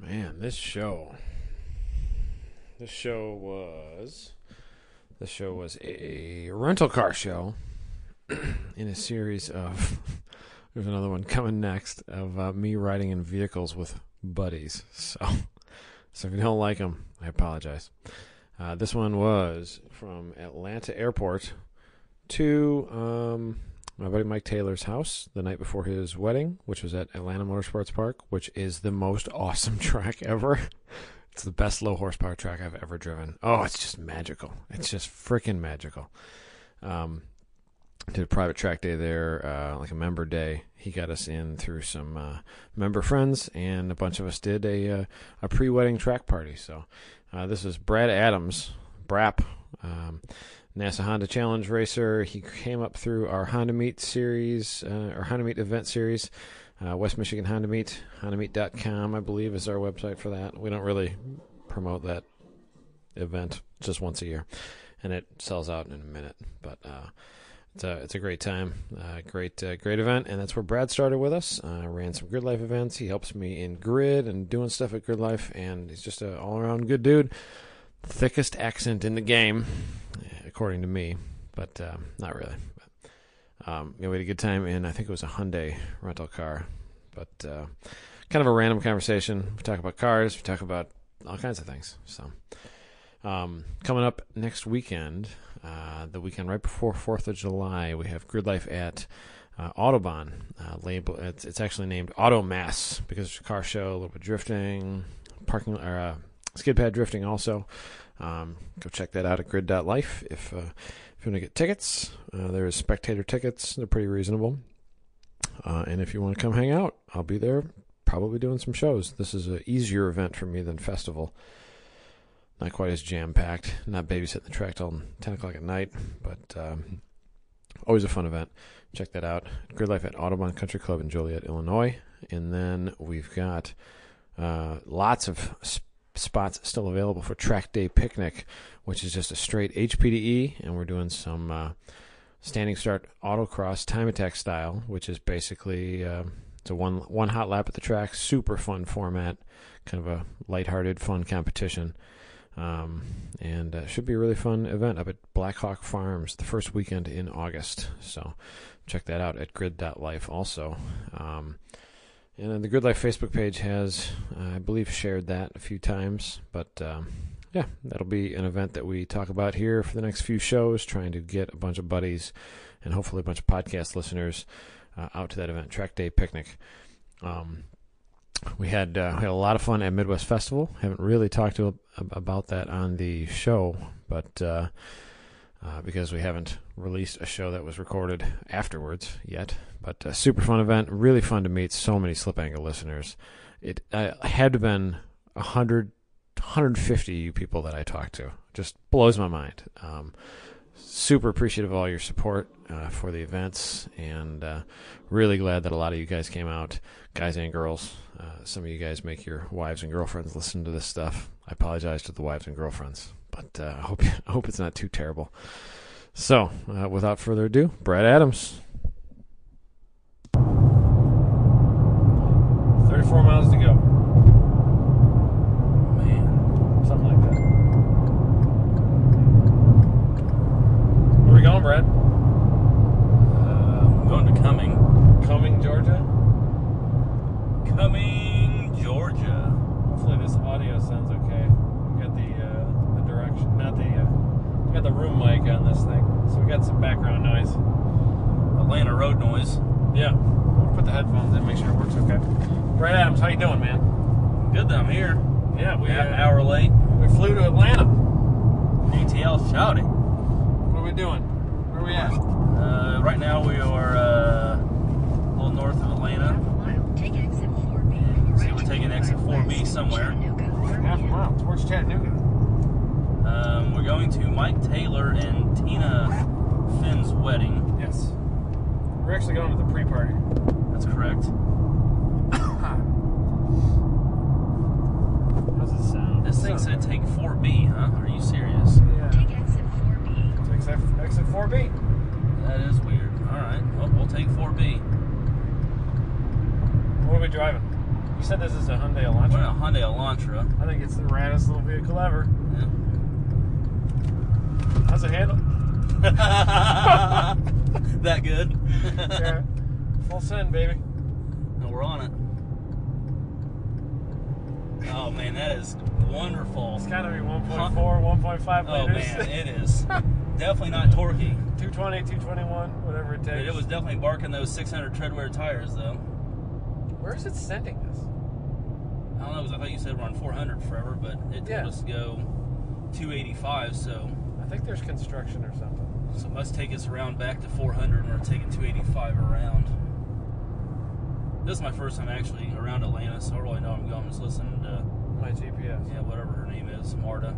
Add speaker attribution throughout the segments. Speaker 1: man, this show. This show was. This show was a rental car show in a series of. There's another one coming next of uh, me riding in vehicles with buddies. So, so if you don't like them, I apologize. Uh, this one was from Atlanta Airport to um, my buddy Mike Taylor's house the night before his wedding, which was at Atlanta Motorsports Park, which is the most awesome track ever. It's the best low horsepower track I've ever driven. Oh, it's just magical. It's just freaking magical. Um, did a private track day there, uh, like a member day. He got us in through some uh, member friends, and a bunch of us did a uh, a pre wedding track party. So uh, this is Brad Adams, Brap, um, NASA Honda Challenge racer. He came up through our Honda Meet series, uh, our Honda Meet event series. Uh, West Michigan Honda Meet, HondaMeet.com, I believe, is our website for that. We don't really promote that event just once a year, and it sells out in a minute. But uh, it's a it's a great time, uh, great uh, great event, and that's where Brad started with us. Uh, ran some Grid Life events. He helps me in Grid and doing stuff at Grid Life, and he's just an all around good dude. Thickest accent in the game, according to me, but uh, not really. But, um, yeah, we had a good time in I think it was a Hyundai rental car, but uh, kind of a random conversation. We talk about cars, we talk about all kinds of things. So. Um, coming up next weekend, uh, the weekend right before Fourth of July, we have Grid Life at uh, Autobahn. Uh, label it's, it's actually named Auto Mass because it's a car show, a little bit of drifting, parking or uh, skid pad drifting also. Um, go check that out at grid.life if uh, if you want to get tickets. Uh, there's spectator tickets; they're pretty reasonable. Uh, and if you want to come hang out, I'll be there, probably doing some shows. This is an easier event for me than festival not quite as jam packed. Not babysitting the track till ten o'clock at night, but um, always a fun event. Check that out. Grid Life at Audubon Country Club in Joliet, Illinois, and then we've got uh, lots of sp- spots still available for Track Day Picnic, which is just a straight HPDE, E, and we're doing some uh, standing start autocross time attack style, which is basically. Uh, it's a one one hot lap at the track, super fun format, kind of a lighthearted, fun competition um, and uh, should be a really fun event up at Blackhawk Farms the first weekend in August. So check that out at grid.life also. Um, and then the Grid Life Facebook page has, uh, I believe, shared that a few times. But um, yeah, that'll be an event that we talk about here for the next few shows, trying to get a bunch of buddies and hopefully a bunch of podcast listeners uh, out to that event, Track Day Picnic. Um, we had uh, we had a lot of fun at Midwest Festival. Haven't really talked to, ab- about that on the show, but uh, uh, because we haven't released a show that was recorded afterwards yet. But a super fun event, really fun to meet so many Slip Angle listeners. It uh, had been 100, 150 people that I talked to. Just blows my mind. Um, super appreciative of all your support uh, for the events and uh, really glad that a lot of you guys came out guys and girls uh, some of you guys make your wives and girlfriends listen to this stuff i apologize to the wives and girlfriends but uh, i hope i hope it's not too terrible so uh, without further ado brad adams 34 miles to go man something like that where are we going brad
Speaker 2: Uh, going to Cumming.
Speaker 1: Coming, Georgia.
Speaker 2: Cumming, Georgia.
Speaker 1: Hopefully, this audio sounds okay. We got the uh, the direction, not the uh, we got the room mic on this thing, so we got some background noise.
Speaker 2: Atlanta road noise.
Speaker 1: Yeah, we'll put the headphones in, make sure it works okay. Brad Adams, how you doing, man?
Speaker 2: Good that I'm here.
Speaker 1: Yeah,
Speaker 2: We uh, an hour late.
Speaker 1: we flew to Atlanta.
Speaker 2: ATL shouting.
Speaker 1: What are we doing? Where are we at?
Speaker 2: Uh, right now we are uh, a little north of Atlanta.
Speaker 3: Take exit 4B.
Speaker 2: So we're taking exit 4B somewhere.
Speaker 1: Half a mile towards Chattanooga.
Speaker 2: Um, we're going to Mike Taylor and Tina Finn's wedding.
Speaker 1: Yes, we're actually going to the pre-party.
Speaker 2: That's correct.
Speaker 1: How's it sound?
Speaker 2: This thing said take 4B, huh? Are you serious?
Speaker 1: Yeah.
Speaker 3: Take exit 4B.
Speaker 1: Exit, exit 4B.
Speaker 2: That is weird. All right. Well, we'll take 4B.
Speaker 1: What are we driving?
Speaker 4: You said this is a Hyundai Elantra.
Speaker 2: We're in a Hyundai Elantra.
Speaker 4: I think it's the raddest little vehicle ever.
Speaker 2: Yeah.
Speaker 4: How's it handle?
Speaker 2: that good?
Speaker 4: yeah. Full send, baby.
Speaker 2: No, we're on it. Oh man, that is wonderful.
Speaker 4: It's got to be 1.4, 1.5
Speaker 2: Oh
Speaker 4: liters.
Speaker 2: man, it is definitely not torquey.
Speaker 4: 220, 221, whatever it
Speaker 2: But
Speaker 4: takes.
Speaker 2: it was definitely barking those 600 treadwear tires though.
Speaker 4: Where is it sending us?
Speaker 2: I don't know, 'cause I thought you said we're on 400 forever, but it told
Speaker 4: Yeah.
Speaker 2: us to go 285. So,
Speaker 4: I think there's construction or something.
Speaker 2: so it must take us around back to 400, and we're taking 285 around. This is my first time actually around Atlanta, so I don't really know where I'm going. I'm just listening to
Speaker 4: My GPS.
Speaker 2: yeah, whatever her name is, Marta.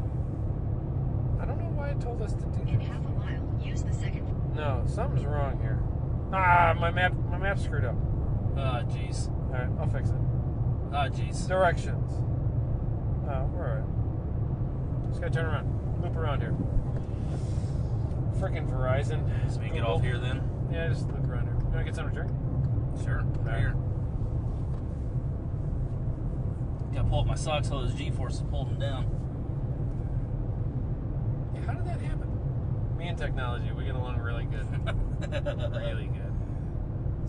Speaker 4: I don't know why it told us to do
Speaker 3: In
Speaker 4: this.
Speaker 3: half a mile, use the second.
Speaker 4: No, something's wrong here. Ah, my map, my map screwed up.
Speaker 2: Ah, jeez.
Speaker 4: All right, I'll fix it.
Speaker 2: Ah, jeez.
Speaker 4: Directions. Oh, we're all right. Just gotta turn around, loop around here. Freaking Verizon.
Speaker 2: So we can get
Speaker 4: Google.
Speaker 2: off here then.
Speaker 4: Yeah, just loop around here. You wanna get something to drink?
Speaker 2: Sure. Right here. Gotta pull up my socks. All those G-forces pulled them down.
Speaker 4: Yeah, how did that happen? Me and technology, we get along really good. really good.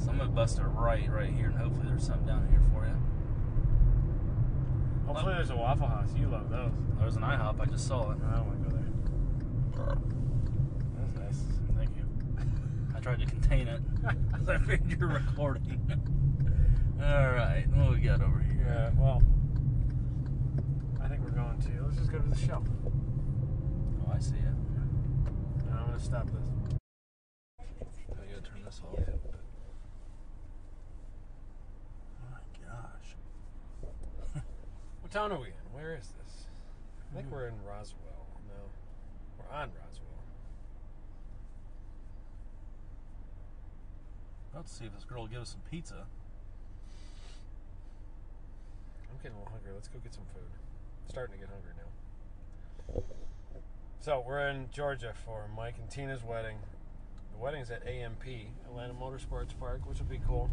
Speaker 2: So I'm gonna bust a right right here, and hopefully there's something down here for you.
Speaker 4: Hopefully, there's a Waffle House. You love those.
Speaker 2: There was an IHOP. I just saw it.
Speaker 4: I don't want to go there. That's nice. Thank you.
Speaker 2: I tried to contain it because I figured you're recording. All right, what we got over here?
Speaker 4: Yeah, well, I think we're going to. Let's just go to the shop.
Speaker 2: Oh, I see it.
Speaker 4: No, I'm gonna stop this.
Speaker 2: I gotta turn this off. My gosh.
Speaker 4: What town are we in? Where is this? I think we're in Roswell. No, we're on Roswell.
Speaker 2: Let's see if this girl will give us some pizza.
Speaker 4: I'm getting a little hungry. Let's go get some food. starting to get hungry now. So we're in Georgia for Mike and Tina's wedding. The wedding's at AMP, Atlanta Motorsports Park, which will be cool.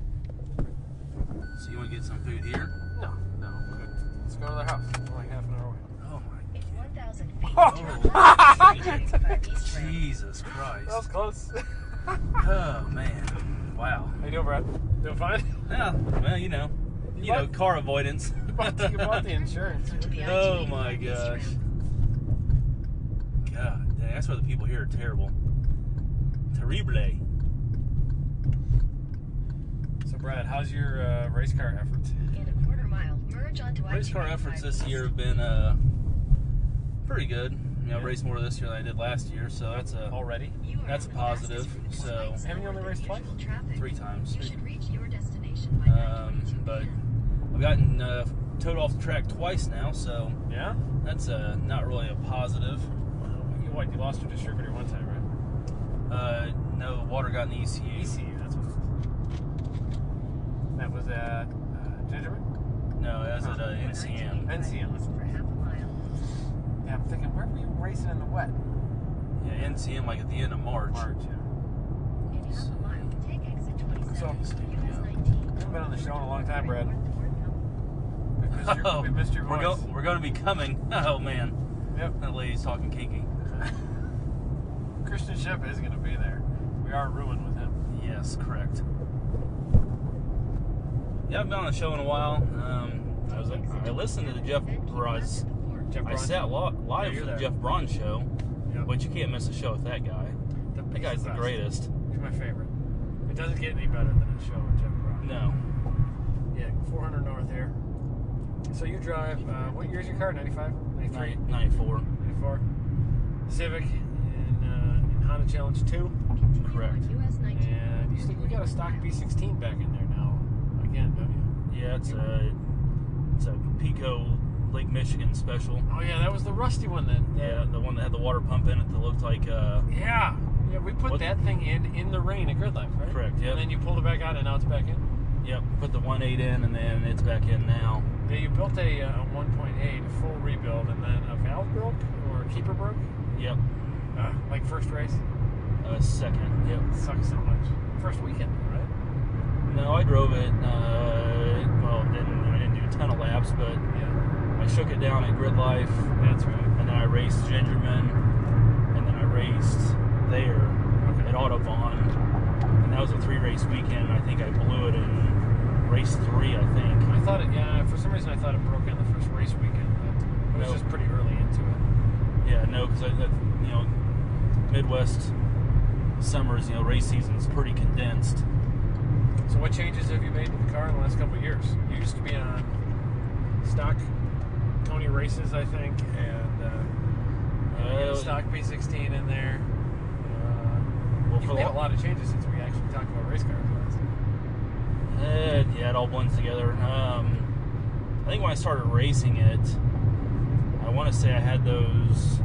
Speaker 2: So you want to get some food here?
Speaker 4: No, no, good. Let's go to their house. We're like half an hour away.
Speaker 2: Oh my
Speaker 3: In 1,000 feet.
Speaker 2: Oh.
Speaker 3: East ramp.
Speaker 2: Jesus Christ!
Speaker 4: close.
Speaker 2: Oh man! Wow.
Speaker 4: How you doing, Brad? Doing fine.
Speaker 2: Yeah. Well, you know, you know,
Speaker 4: What?
Speaker 2: car avoidance.
Speaker 4: bought the, you bought the insurance.
Speaker 3: Turn to the
Speaker 2: Oh
Speaker 3: I-280
Speaker 2: my
Speaker 3: east
Speaker 2: gosh.
Speaker 3: ramp.
Speaker 2: God, dang, that's why the people here are terrible. Terrible.
Speaker 4: So, Brad, how's your uh, race car effort?
Speaker 3: In a quarter mile, merge onto I-285
Speaker 2: Race car efforts this
Speaker 3: east.
Speaker 2: year have been uh, pretty good. I mean, I
Speaker 4: Yeah.
Speaker 2: raced more this year than I did last year, so that's uh, a
Speaker 4: Already?
Speaker 3: You are
Speaker 2: That's
Speaker 3: on
Speaker 2: a
Speaker 3: the fastest
Speaker 2: positive,
Speaker 3: route.
Speaker 2: so-
Speaker 3: Slightly
Speaker 4: Haven't you only
Speaker 3: slower
Speaker 4: raced
Speaker 3: than usual
Speaker 4: twice?
Speaker 3: traffic.
Speaker 2: three times.
Speaker 3: You should reach your destination by
Speaker 2: Um,
Speaker 3: 9:22
Speaker 2: but
Speaker 3: p.m.
Speaker 2: I've gotten uh, towed off the track twice now, so
Speaker 4: Yeah.
Speaker 2: that's uh, not really a positive.
Speaker 4: You what? You lost your distributor one time, right? E
Speaker 2: Uh, no water got in the E ECU.
Speaker 4: that's what. That was at uh, Gingerman.
Speaker 2: No, that's at uh, NCM.
Speaker 4: NCM.
Speaker 3: For half a mile,
Speaker 4: Yeah, I'm thinking, where were you racing in the wet?
Speaker 2: Yeah, NCM like at the end of March.
Speaker 4: Yeah.
Speaker 3: in half a mile, take exit 27,
Speaker 4: So-
Speaker 3: US 19.
Speaker 4: You've been on the show in a long time, Brad. We missed your,
Speaker 2: Oh,
Speaker 4: we missed your
Speaker 2: we're,
Speaker 4: voice.
Speaker 2: go- we're going to be coming. Oh man,
Speaker 4: Yep.
Speaker 2: that lady's talking kinky.
Speaker 4: Christian Shep is going to be there. We are ruined with him.
Speaker 2: Yes, correct. Yeah, I've been on the show in a while. Um, I was I listened to the Jeff Bryce.
Speaker 4: Jeff
Speaker 2: I
Speaker 4: Braun.
Speaker 2: sat lo- live
Speaker 4: you're
Speaker 2: for the
Speaker 4: there.
Speaker 2: Jeff Braun show,
Speaker 4: Yep.
Speaker 2: but you can't miss a show with that guy. That guy's the
Speaker 4: Best.
Speaker 2: greatest.
Speaker 4: He's my favorite. It doesn't get any better than a show with Jeff Brown.
Speaker 2: No,
Speaker 4: Yeah, 400 north here. So you drive, uh, what year's your car? 95? 93?
Speaker 2: Nin- 94.
Speaker 4: 94? Civic and, uh, and Honda Challenge 2.
Speaker 2: Correct.
Speaker 4: And you, still, you got a stock B16 back in there now. Again, don't you?
Speaker 2: Yeah, it's a it's a Pico Lake Michigan special.
Speaker 4: Oh, yeah, that was the rusty one then.
Speaker 2: Yeah, the one that had the water pump in it that looked like uh,
Speaker 4: Yeah. Yeah, we put
Speaker 2: What-
Speaker 4: that thing in in the rain at Gridlock, right?
Speaker 2: Correct, yep.
Speaker 4: And then you pulled it back out and now it's back in.
Speaker 2: yep. Put the one eight in and then it's back in now.
Speaker 4: Yeah, you built a, uh, a 1.8, a full rebuild, and then a valve broke or a keeper broke.
Speaker 2: Yep,
Speaker 4: Uh, like first race.
Speaker 2: a second. Yep.
Speaker 4: Sucks so much. First weekend, right?
Speaker 2: No, I drove it. Uh, well, didn't I didn't do ton of laps, but
Speaker 4: Yeah,
Speaker 2: I shook it down at Grid Life,
Speaker 4: that's right.
Speaker 2: and then I raced Gingerman, and then I raced there
Speaker 4: Okay.
Speaker 2: at Autobahn, and that was a three-race weekend. and I think I blew it in race three, I think.
Speaker 4: I thought it. Yeah, for some reason I thought it broke in the first race weekend, but it was
Speaker 2: No.
Speaker 4: just pretty early into it.
Speaker 2: Yeah, no, because I, that, you know, Midwest summers, you know, race season is pretty condensed.
Speaker 4: So what changes have you made to the car in the last couple of years? You used to be on stock Tony races, I think, and uh, you got
Speaker 2: Uh,
Speaker 4: a stock P16 in there. Uh,
Speaker 2: well,
Speaker 4: you've
Speaker 2: for
Speaker 4: made
Speaker 2: the,
Speaker 4: a lot of changes since we actually talked about race cars last.
Speaker 2: Uh, yeah, it all blends together. Um, I think when I started racing it, I want to say I had those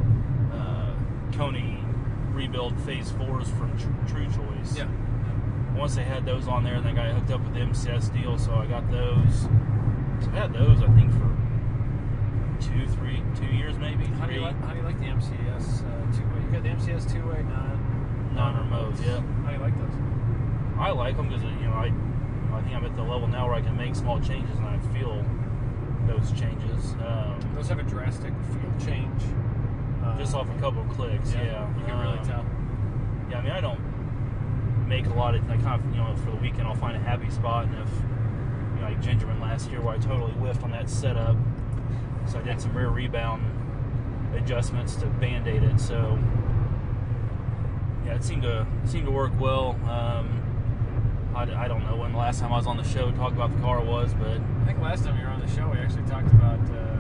Speaker 2: uh, Coney rebuild Phase Fours from Tr- True Choice. Once they had those on there, and then I got hooked up with the MCS deal, so I got those. So I had those, I think, for two, three, two years maybe.
Speaker 4: How do you
Speaker 2: three.
Speaker 4: like, how do you like the MCS uh, two way? You got the MCS two way non
Speaker 2: Non-remotes, yeah.
Speaker 4: How do you like those?
Speaker 2: I like them because you know I, I think I'm at the level now where I can make small changes and I feel those changes. Um,
Speaker 4: Those have a drastic feel change. Uh,
Speaker 2: just off a couple of clicks. Yeah,
Speaker 4: you can really
Speaker 2: Um,
Speaker 4: tell.
Speaker 2: Yeah, I mean, I don't make a lot of. I kind of, you know, for the weekend, I'll find a happy spot, and if you know, like Gingerman last year, where I totally whiffed on that setup, so I did some rear rebound adjustments to band aid it. So yeah, it seemed to seemed to work well. Um, I, I don't know when the last time I was on the show to talk about the car was, but
Speaker 4: I think last time you were on the show, we actually talked about uh,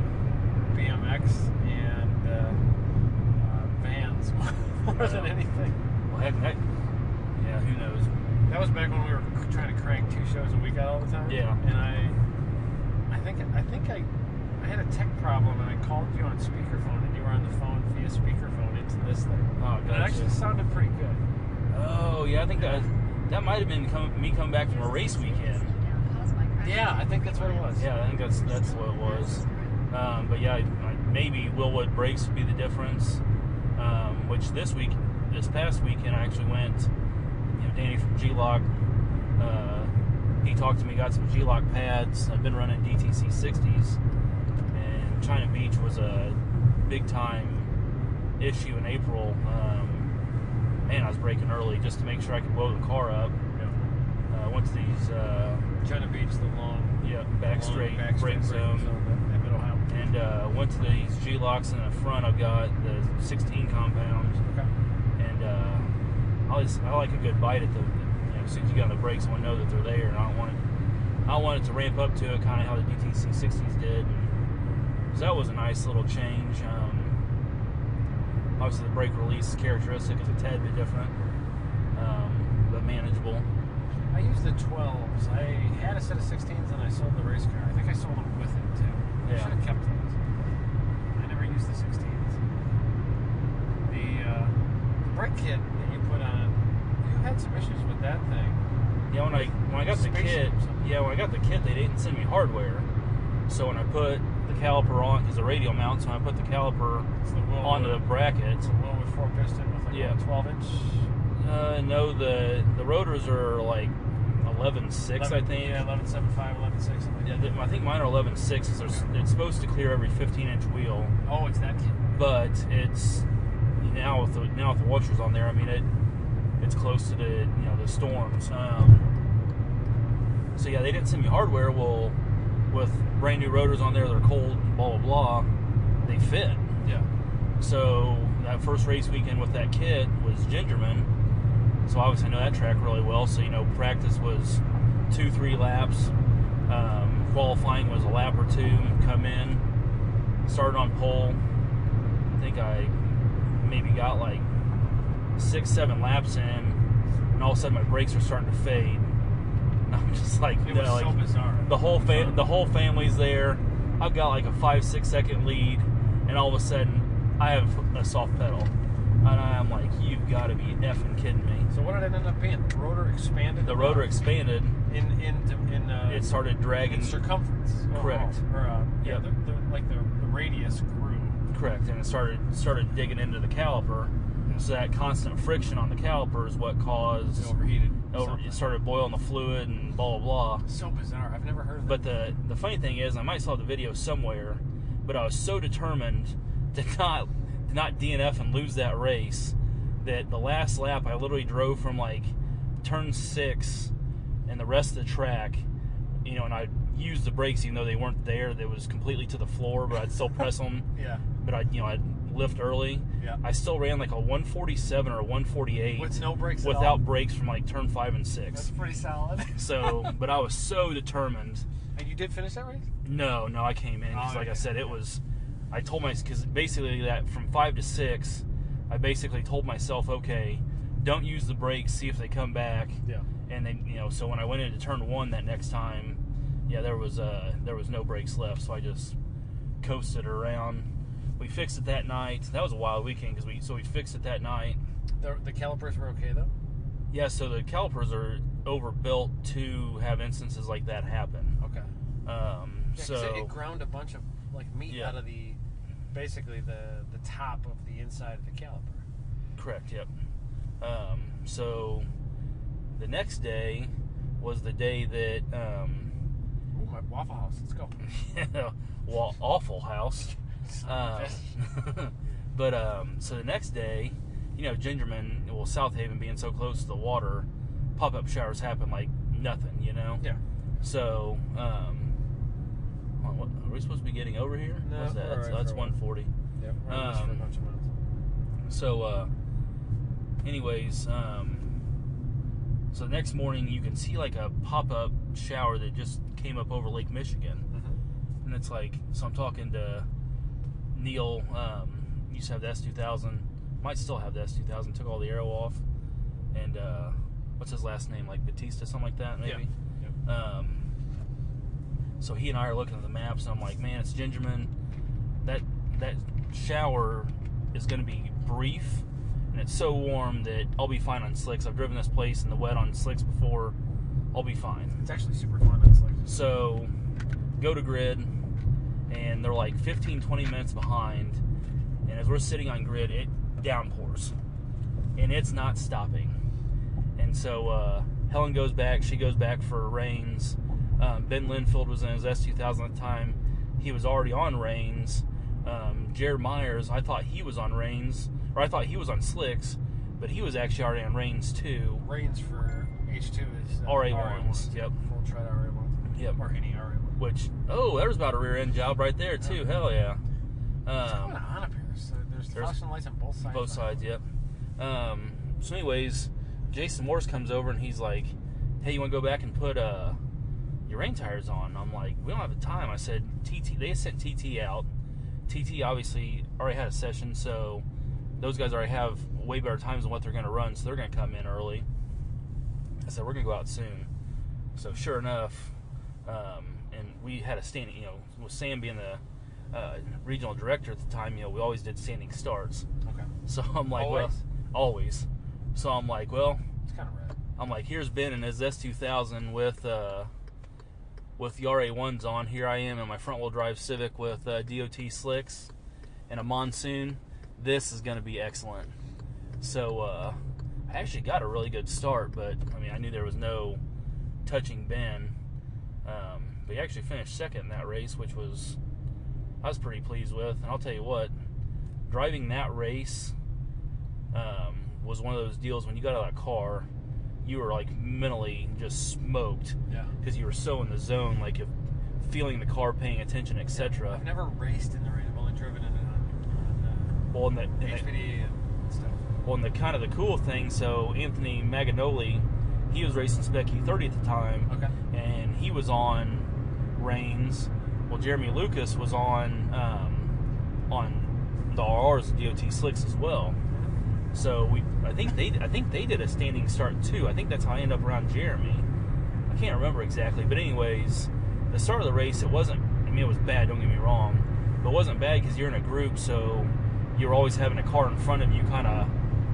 Speaker 4: BMX and uh, uh, vans more than anything.
Speaker 2: well, heck, heck, yeah, who knows?
Speaker 4: That was back when we were c- trying to crank two shows a week out all the time.
Speaker 2: Yeah.
Speaker 4: And I, I think I think I, I had a tech problem and I called you on speakerphone and you were on the phone via speakerphone into this thing.
Speaker 2: Oh,
Speaker 4: And it
Speaker 2: gotcha.
Speaker 4: actually sounded pretty good.
Speaker 2: Oh yeah, I think that that might have been come, me coming back from a race weekend.
Speaker 4: Yeah, I think that's what it was.
Speaker 2: Yeah, I think that's that's what it was. Um, but yeah, I, I, maybe Willwood brakes would be the difference. Um, which this week, this past weekend, I actually went. You know, Danny from G Lock, uh, he talked to me, got some G Lock pads. I've been running DTC 60s, and China Beach was a big time issue in April. Um, and I was braking early just to make sure I could blow the car up. Uh, went to these uh,
Speaker 4: China Beach, the long
Speaker 2: yeah back
Speaker 4: long
Speaker 2: straight
Speaker 4: back
Speaker 2: brake
Speaker 4: straight
Speaker 2: zone
Speaker 4: at Mid Ohio.
Speaker 2: and uh, went to these G locks in the front. I've got the 16 compound,
Speaker 4: Okay.
Speaker 2: and uh, I, always, I like a good bite at the. You know, as soon as you get on the brakes, I want to know that they're there, and I don't want it. I want it to ramp up to it, kind of how the DTC 60s did. So that was a nice little change. Um, obviously, the brake release characteristic is a tad bit different, um, but manageable.
Speaker 4: I used the 12s. I had a set of 16s and I sold the race car. I think I sold them with it too. I
Speaker 2: Yeah.
Speaker 4: should have kept those. I never used the 16s. The, uh, the brake kit that you put on, you had some issues with that thing.
Speaker 2: Yeah, when I when I got the
Speaker 4: Spaceship
Speaker 2: kit,
Speaker 4: or something.
Speaker 2: yeah, when I got the kit, they didn't send me hardware. So when I put the caliper on, because the radial mounts, when I put the caliper
Speaker 4: It's the Will
Speaker 2: onto the bracket,
Speaker 4: it's a Will with four piston with like
Speaker 2: Yeah.
Speaker 4: a 12 inch.
Speaker 2: uh, no, the the rotors are like 11.6, I think.
Speaker 4: Yeah, 11.75, 11.6, something like
Speaker 2: Yeah,
Speaker 4: that.
Speaker 2: th- I think mine are 11.6. 'cause they're- It's supposed to clear every 15 inch wheel,
Speaker 4: Oh, it's that kit.
Speaker 2: but it's now with the now with the washers on there. I mean it it's close to the you know the storms. Um, so yeah, they didn't send me hardware. Well, with brand new rotors on there, they're cold. Blah blah blah. They fit.
Speaker 4: Yeah.
Speaker 2: So that first race weekend with that kit was Gingerman. So obviously I know that track really well. So you know practice was two three laps. Um, qualifying was a lap or two. Come in, started on pole. I think I maybe got like six seven laps in, and all of a sudden my brakes are starting to fade. And I'm just like,
Speaker 4: It
Speaker 2: no,
Speaker 4: was so
Speaker 2: like,
Speaker 4: bizarre. Uh-huh.
Speaker 2: the whole fam- the whole family's there. I've got like a five six second lead, and all of a sudden I have a soft pedal, and I'm like, you've got to be effing kidding me.
Speaker 4: So what did it end up being? The rotor expanded.
Speaker 2: The rotor
Speaker 4: up
Speaker 2: expanded.
Speaker 4: in in in uh,
Speaker 2: It started dragging.
Speaker 4: in circumference.
Speaker 2: Correct.
Speaker 4: Or, uh, yeah,
Speaker 2: Yeah.
Speaker 4: the, the, like the, the radius grew.
Speaker 2: Correct, and it started started digging into the caliper. So that constant friction on the caliper is what caused
Speaker 4: overheated.
Speaker 2: over,
Speaker 4: Something.
Speaker 2: it started boiling the fluid and blah blah blah.
Speaker 4: So bizarre. I've never heard of
Speaker 2: But the the funny thing is, I might still have the video somewhere, but I was so determined to not to not DNF and lose that race that the last lap I literally drove from like turn six and the rest of the track, you know, and I used the brakes even though they weren't there. That was completely to the floor, but I'd still press them.
Speaker 4: that. Yeah.
Speaker 2: But I, you know, I'd lift early.
Speaker 4: Yeah.
Speaker 2: I still ran like a 147 or a 148
Speaker 4: With no brakes at all.
Speaker 2: without brakes from like turn five and
Speaker 4: That's
Speaker 2: six.
Speaker 4: pretty solid.
Speaker 2: So, but I was so determined.
Speaker 4: and you did finish that race?
Speaker 2: No, no, I came in 'cause
Speaker 4: Oh,
Speaker 2: like I
Speaker 4: okay.
Speaker 2: said, it was. I told my because basically that from five to six, I basically told myself, okay, don't use the brakes, see if they come back,
Speaker 4: Yeah.
Speaker 2: and then you know. So when I went into turn one that next time, yeah, there was uh there was no brakes left, so I just coasted around. We fixed it that night. That was a wild weekend because we so we fixed it that night.
Speaker 4: The, the calipers were okay though.
Speaker 2: Yeah, so the calipers are overbuilt to have instances like that happen.
Speaker 4: Okay.
Speaker 2: Um,
Speaker 4: Yeah, 'cause
Speaker 2: so
Speaker 4: it, it ground a bunch of like meat
Speaker 2: Yeah.
Speaker 4: out of the basically the the top of the inside of the caliper.
Speaker 2: Correct. Yep. Um, so the next day was the day that um,
Speaker 4: Ooh, my Waffle House. Let's go.
Speaker 2: wa awful house. Um,
Speaker 4: Yes.
Speaker 2: but um, so the next day, you know, Gingerman, well, South Haven being so close to the water, pop up showers happen like nothing, you know.
Speaker 4: yeah.
Speaker 2: So, um, hold on, what, are we supposed to be getting over here?
Speaker 4: No,
Speaker 2: What's that?
Speaker 4: we're all
Speaker 2: That's,
Speaker 4: right
Speaker 2: that's
Speaker 4: for a while.
Speaker 2: 140.
Speaker 4: Yep. We're on this for a
Speaker 2: Um,
Speaker 4: bunch of miles.
Speaker 2: So, uh, anyways, um, so the next morning you can see like a pop up shower that just came up over Lake Michigan.
Speaker 4: Mm-hmm.
Speaker 2: And it's like, so I'm talking to Neil, um, used to have the S2000, might still have the S2000, took all the arrow off. And, uh, what's his last name? Like Batista, something like that, maybe?
Speaker 4: Yeah.
Speaker 2: Um, so he and I are looking at the maps, and I'm like, man, it's Gingerman. That that shower is going to be brief, and it's so warm that I'll be fine on slicks. I've driven this place in the wet on slicks before. I'll be fine.
Speaker 4: It's actually super fun. That's like
Speaker 2: So go to grid, and they're like 15, 20 minutes behind. And as we're sitting on grid, it downpours, and it's not stopping. And so uh, Helen goes back. She goes back for rains. Um, ben Linfield was in his S2000 at the time. He was already on rains. Um, Jared Myers, I thought he was on rains, or I thought he was on slicks, but he was actually already on rains too.
Speaker 4: rains for H two is uh,
Speaker 2: RA ones,
Speaker 4: RA1s.
Speaker 2: yep.
Speaker 4: Full tread RA ones.
Speaker 2: Yep.
Speaker 4: Or any RA one.
Speaker 2: Which oh, there's about a rear end job right there too. Hell yeah.
Speaker 4: What's going
Speaker 2: Um,
Speaker 4: on up here? So there's,
Speaker 2: there's
Speaker 4: flashing lights on both sides.
Speaker 2: both sides, yep. Um, so, anyways, Jason Morse comes over and he's like, "Hey, you want to go back and put uh, your rain tires on?" And I'm like, "We don't have the time." I said, "TT." They sent TT out. TT obviously already had a session, so those guys already have way better times than what they're going to run, so they're going to come in early. I said, "We're going to go out soon." So sure enough, um, and we had a standing, you know, with Sam being the uh, regional director at the time, you know, we always did standing starts.
Speaker 4: Okay.
Speaker 2: So I'm like, well,
Speaker 4: Always?
Speaker 2: always. So I'm like, well,
Speaker 4: It's kind of red.
Speaker 2: I'm like, here's Ben in his S2000 with uh, with the RA1s on. Here I am in my front wheel drive Civic with uh, DOT slicks and a monsoon. This is going to be excellent. So uh, I actually got a really good start, but I mean, I knew there was no touching Ben. Um, but he actually finished second in that race, which was I was pretty pleased with. And I'll tell you what, driving that race um, was one of those deals when you got out of that car, you were like mentally just smoked
Speaker 4: Yeah.
Speaker 2: because you were so in the zone, like if feeling the car, paying attention, etc.
Speaker 4: I've never raced in the rain. I've only driven in it on,
Speaker 2: Well, and the,
Speaker 4: on uh,
Speaker 2: and the
Speaker 4: HPD and stuff.
Speaker 2: well, and the kind of the cool thing. So Anthony Maganoli, he was racing Specky 30 at the time,
Speaker 4: Okay.
Speaker 2: and he was on Reigns. Well, Jeremy Lucas was on um, on the RRs, DOT slicks as well. So we, I think they, I think they did a standing start too. I think that's how I end up around Jeremy. I can't remember exactly, but anyways, the start of the race, it wasn't. I mean, it was bad. Don't get me wrong, but it wasn't bad because you're in a group, so you're always having a car in front of you, kind of